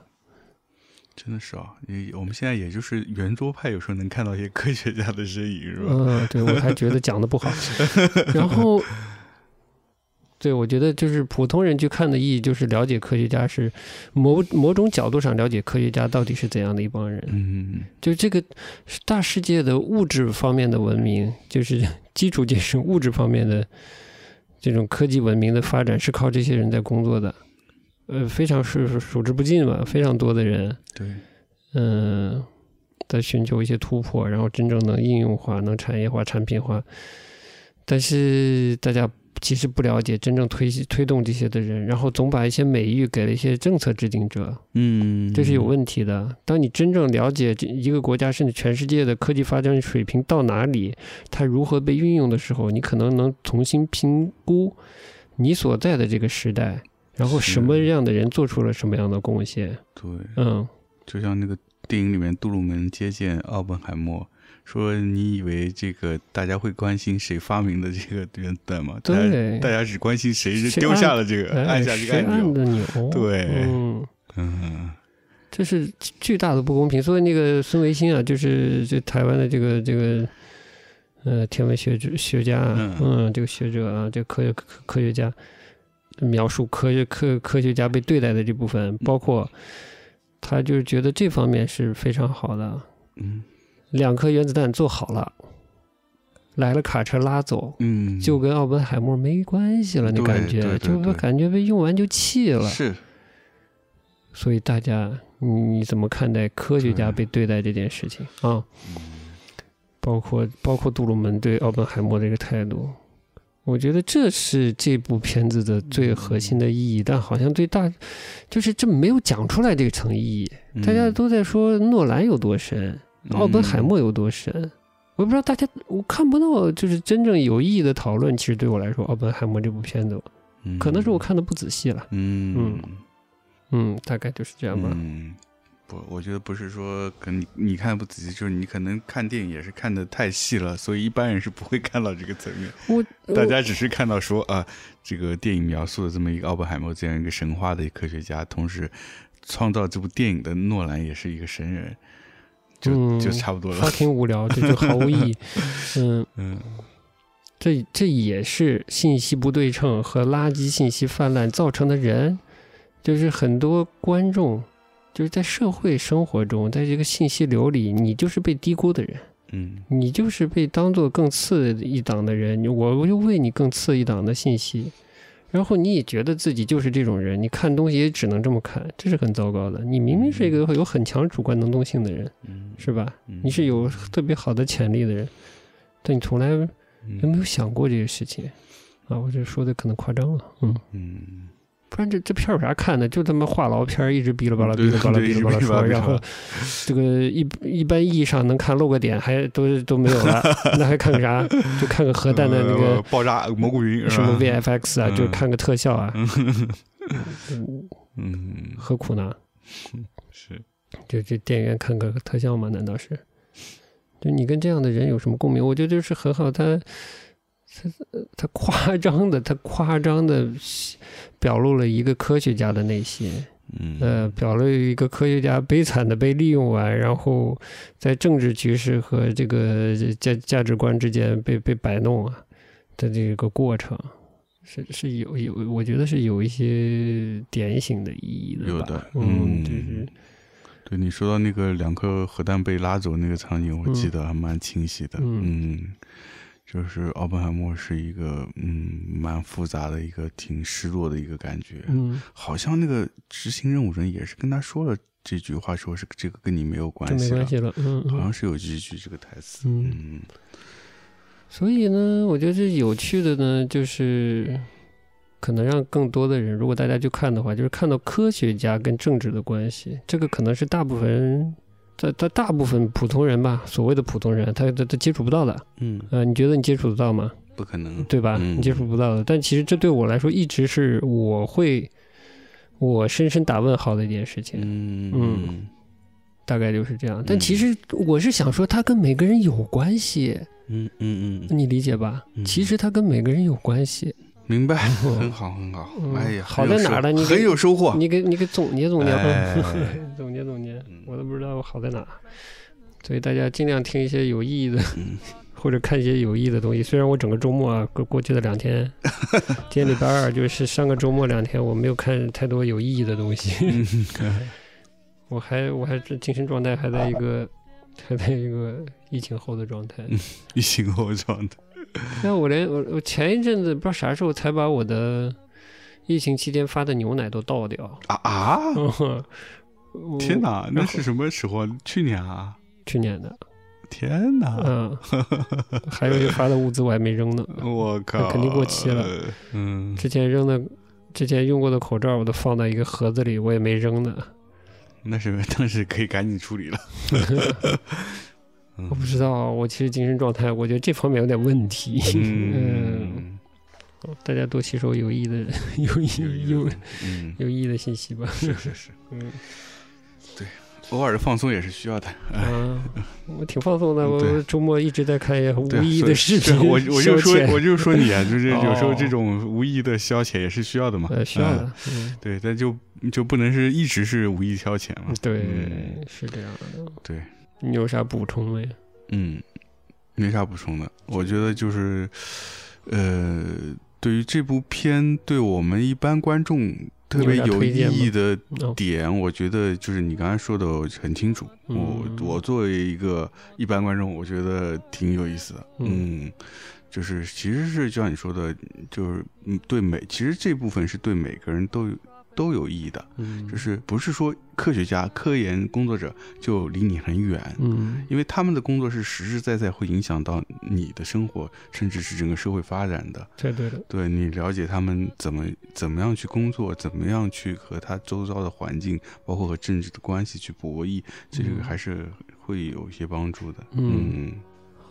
A: 真的是啊，也我们现在也就是圆桌派，有时候能看到一些科学家的身影，是吧？
B: 嗯，对，我还觉得讲的不好。然后，对我觉得就是普通人去看的意义，就是了解科学家是某某种角度上了解科学家到底是怎样的一帮人。
A: 嗯，
B: 就这个大世界的物质方面的文明，就是基础建设物质方面的这种科技文明的发展，是靠这些人在工作的。呃，非常数数之不尽吧，非常多的人。
A: 对，
B: 嗯，在寻求一些突破，然后真正能应用化、能产业化、产品化。但是大家其实不了解真正推推动这些的人，然后总把一些美誉给了一些政策制定者，
A: 嗯
B: 这是有问题的。当你真正了解这一个国家甚至全世界的科技发展水平到哪里，它如何被运用的时候，你可能能重新评估你所在的这个时代，然后
A: 是
B: 什么样的人做出了什么样的贡献。
A: 对，
B: 嗯，
A: 就像那个电影里面，杜鲁门接见奥本海默，说：“你以为这个大家会关心谁发明的这个原子弹吗？大家
B: 对。
A: 大家只关心谁是
B: 谁
A: 丢下
B: 按
A: 了这个，
B: 哎
A: 按下这个
B: 谁
A: 按
B: 按
A: 钮。
B: 的钮，
A: 对
B: 嗯，”
A: 嗯，
B: 这是巨巨大的不公平。所以那个孙维新啊，就是这台湾的这个这个呃天文学者学家啊，
A: 嗯
B: 嗯这个学者啊，这个科学科科学家描述科学科科学家被对待的这部
A: 嗯
B: 分，包括他就是觉得这方面是非常好的。
A: 嗯
B: 两颗原子弹做好了，来了卡车拉走。
A: 嗯，
B: 就跟奥本海默没关系了，那
A: 对
B: 感
A: 对
B: 觉
A: 对对
B: 就感觉被用完就弃了。
A: 是
B: 所以大家，你你怎么看待科学家被对待这件事情啊？包括包括杜鲁门对奥本海默的这个态度，我觉得这是这部片子的最核心的意
A: 嗯
B: 义。但好像对大，就是这没有讲出来这个层意义，
A: 嗯
B: 大家都在说诺兰有多神，奥本海，默有多神。我不知道大家，我看不到就是真正有意义的讨论。其实对我来说，奥本海默这部片子，
A: 嗯
B: 可能是我，看的不仔细了。
A: 嗯
B: 嗯
A: 嗯
B: 嗯，大概就是这样吧。
A: 嗯，不，我觉得不是说可能你你看不仔细，就是你可能看电影也是看的太细了，所以一般人是不会看到这个层面。
B: 我
A: 大家只是看到说啊，这个电影描述的这么一个奥本海默这样一个神话的科学家，同时创造这部电影的诺兰也是一个神人，就、
B: 嗯
A: 就差不多了。
B: fucking 无聊，这就毫无 意义。嗯，
A: 嗯，
B: 这这也是信息不对称和垃圾信息泛滥造成的人，就是很多观众就是在社会生活中，在这个信息流里，你就是被低估的人，
A: 嗯
B: 你就是被当做更次一档的人，我就喂你更次一档的信息。然后你也觉得自己就是这种人，你看东西也只能这么看，这是很糟糕的。你明明是一个有很强主观能动性的人，
A: 嗯，
B: 是吧？
A: 嗯
B: 你是有特别好的潜力的人，但你从来都
A: 嗯
B: 没有想过这个事情啊！我这说的可能夸张了，嗯，
A: 嗯，
B: 不然这这片儿有啥看的？就他妈话痨片儿，一直哔哩吧啦、
A: 对
B: 哔哩吧啦、
A: 对
B: 哔哩吧
A: 一
B: 啦
A: 直哔哩吧
B: 说，
A: 啦
B: 然后这个一一般意义上能看漏个点还都都没有 了，那还看个啥？就看个核弹的那
A: 呃
B: 个
A: 爆炸蘑菇云是
B: 什么
A: 吧
B: VFX 啊，
A: 嗯
B: 就看个特效 啊，
A: 嗯，
B: 何苦呢？
A: 是
B: 就去电影院看个特效吗？难道是？就你跟这样的人有什么共鸣？我觉得这是很好，他他他夸张的，他夸张的表露了一个科学家的内心，
A: 嗯
B: 呃，表露一个科学家悲惨的被利用完，然后在政治局势和这个价价值观之间被被摆弄啊的这个过程。是是有有，我觉得是有一些点醒的意义的吧。
A: 有的嗯
B: 嗯，就是
A: 对你说到那个两颗核弹被拉走那个场景，我记得还蛮清晰的。
B: 嗯
A: 嗯，就是奥本海默是一个嗯蛮复杂的一个挺失落的一个感觉，
B: 嗯，
A: 好像那个执行任务人也是跟他说了这句话，说是这个跟你没有关
B: 就没
A: 系了
B: 关，系了，嗯，
A: 好
B: 嗯
A: 像是有这句这个台词，
B: 嗯
A: 嗯
B: 所以呢，我觉得这有趣的呢，就是可能让更多的人，如果大家去看的话，就是看到科学家跟政治的关系，这个可能是大部分人。在在大部分普通人吧，所谓的普通人，他他他接触不到的，
A: 嗯，
B: 呃，你觉得你接触得到吗？
A: 不可能，
B: 对吧？
A: 嗯
B: 你接触不到的，但其实这对我来说一直是我会我深深打问号的一件事情，
A: 嗯
B: 嗯大概就是这样。但
A: 嗯
B: 其实我是想说，它跟每个人有关系，
A: 嗯嗯嗯，
B: 你理解吧？
A: 嗯
B: 其实它跟每个人有 关系。
A: 明白，
B: 嗯
A: 很好很好，
B: 嗯
A: 哎呀，
B: 好
A: 很有
B: 在哪儿
A: 收
B: 呢你
A: 很
B: 给
A: 有收获，
B: 你给你给总结总结吧，
A: 哎
B: 总结总结
A: 嗯，
B: 我都不知道我好在哪。所以大家尽量听一些有意义的，
A: 嗯
B: 或者看一些有意义的东西。虽然我整个周末啊，过过去的 两天，今天礼拜二就是上个周末两天，我没有看太多有意义的东西，
A: 嗯
B: 我还我还这精神状态还在 一个还在一个疫情后的状态。
A: 疫情后状态，
B: 那我连我我前一阵子不知道啥时候才把我的疫情期间发的牛奶都倒掉。
A: 啊啊！
B: 我
A: 天哪，那
B: 然后
A: 是什么时候啊？去年啊！
B: 去年的，
A: 天哪！
B: 嗯，还有一发的物资我还没扔呢，
A: 我靠，
B: 呃肯定过期了。
A: 嗯，
B: 之前扔的，之前用过的口罩我都放到一个盒子里，我也没扔呢，
A: 嗯那是当时可以赶紧处理了。
B: 我不知道，我其实精神状态，我觉得这方面有点问题，
A: 嗯，
B: 大家多吸收有益的、 有益、
A: 有
B: 呃有
A: 有嗯，
B: 有益的信息吧，
A: 是是是，
B: 嗯
A: 偶尔的放松也是需要 的。
B: 啊，我挺放松的，我
A: 嗯对
B: 我周末一直在看一些无
A: 对啊，
B: 意义
A: 所以
B: 的视
A: 是
B: 频，
A: 我我就
B: 消
A: 说
B: 遣
A: 我就说你啊， 就是
B: 哦
A: 有时候这种无意义的消遣也是需要的嘛。
B: 呃需要
A: 嗯
B: 的，嗯，
A: 对，但就就不能是一直是无意消遣嘛。嗯
B: 对，是这样的，
A: 对，
B: 你有啥补充没？
A: 嗯，没啥补充的。我觉得就是，呃，对于这部片，对我们一般观众特别有意义的
B: 哦
A: 点，我觉得就是你刚才说的很清楚。我
B: 嗯
A: 我作为一个一般观众，我觉得挺有意思的。
B: 嗯
A: 嗯，就是其实是就像你说的，就是嗯对每其实这部分是对每个人都有都有意义的，
B: 嗯，
A: 就是不是说科学家、科研工作者就离你很远，
B: 嗯
A: 因为他们的工作是实实在在会影响到你的生活，甚至是整个社会发展的。
B: 太对了，
A: 对你了解他们怎么怎么样去工作，怎么样去和他周遭的环境，包括和政治的关系去博弈，这个
B: 嗯
A: 还是会有一些帮助的。
B: 嗯
A: 嗯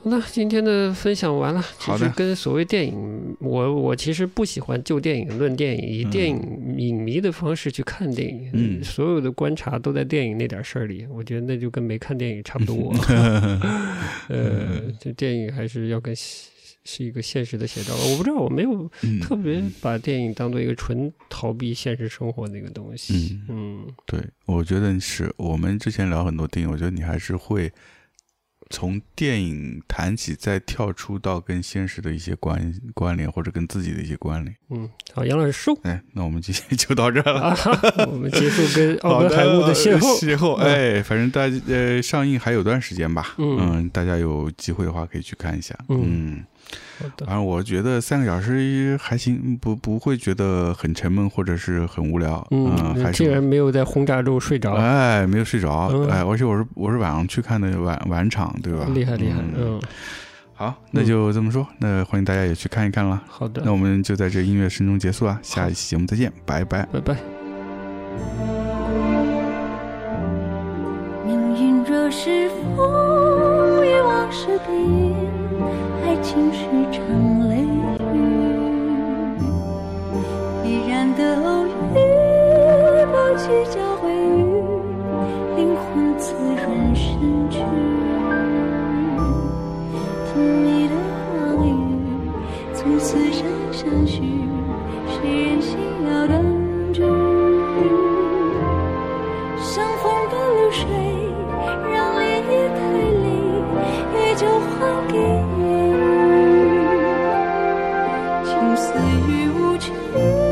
B: 那今天的分享完了，其
A: 好
B: 实
A: 的
B: 跟所谓电影，我我其实不喜欢就电影论电影，以
A: 嗯
B: 电影影迷的方式去看电影，
A: 嗯
B: 所有的观察都在电影那点事儿里，我觉得那就跟没看电影差 不多。呃，这电影还是要跟现是一个现实的写照吧，我不知道，我没有
A: 嗯
B: 特别把电影当做一个纯逃避现实生活的一个东西。嗯
A: 对，我觉得是我们之前聊很多电影，我觉得你还是会从电影谈起，再跳出到跟现实的一些关关联，或者跟自己的一些关联。
B: 嗯，好，杨老 师收。
A: 哎，那我们今天就到这儿了。
B: 啊，我们结束 跟奥
A: 好
B: 本海默的邂逅。
A: 呃邂逅，
B: 嗯
A: 哎，反正大家呃上映还有段时间吧，
B: 嗯
A: 嗯，大家有机会的话可以去看一下，
B: 嗯
A: 嗯，
B: 好的
A: 反正我觉得三个小时还行，不不会觉得很沉闷或者是很无聊，
B: 嗯，
A: 还
B: 你竟
A: 是。
B: 然没有在轰炸之后睡着，
A: 哎，没有睡着，
B: 嗯
A: 哎，而且我是我是晚上去看的晚晚场，对吧？
B: 厉害厉害，嗯，
A: 好，那就这么说，那欢迎大家也去看一看了。
B: 好的
A: 那，我们就在这音乐声中结束啊，下一期节目再见，拜拜。
B: 拜拜。
C: 命运若是风雨往事平，爱情是场雷雨。必然的偶遇，不去交回于灵魂滋润身躯。听你的话语，从此生相许，是人心要等值。相逢的流水，让泪太累，也就还给你。情丝与无情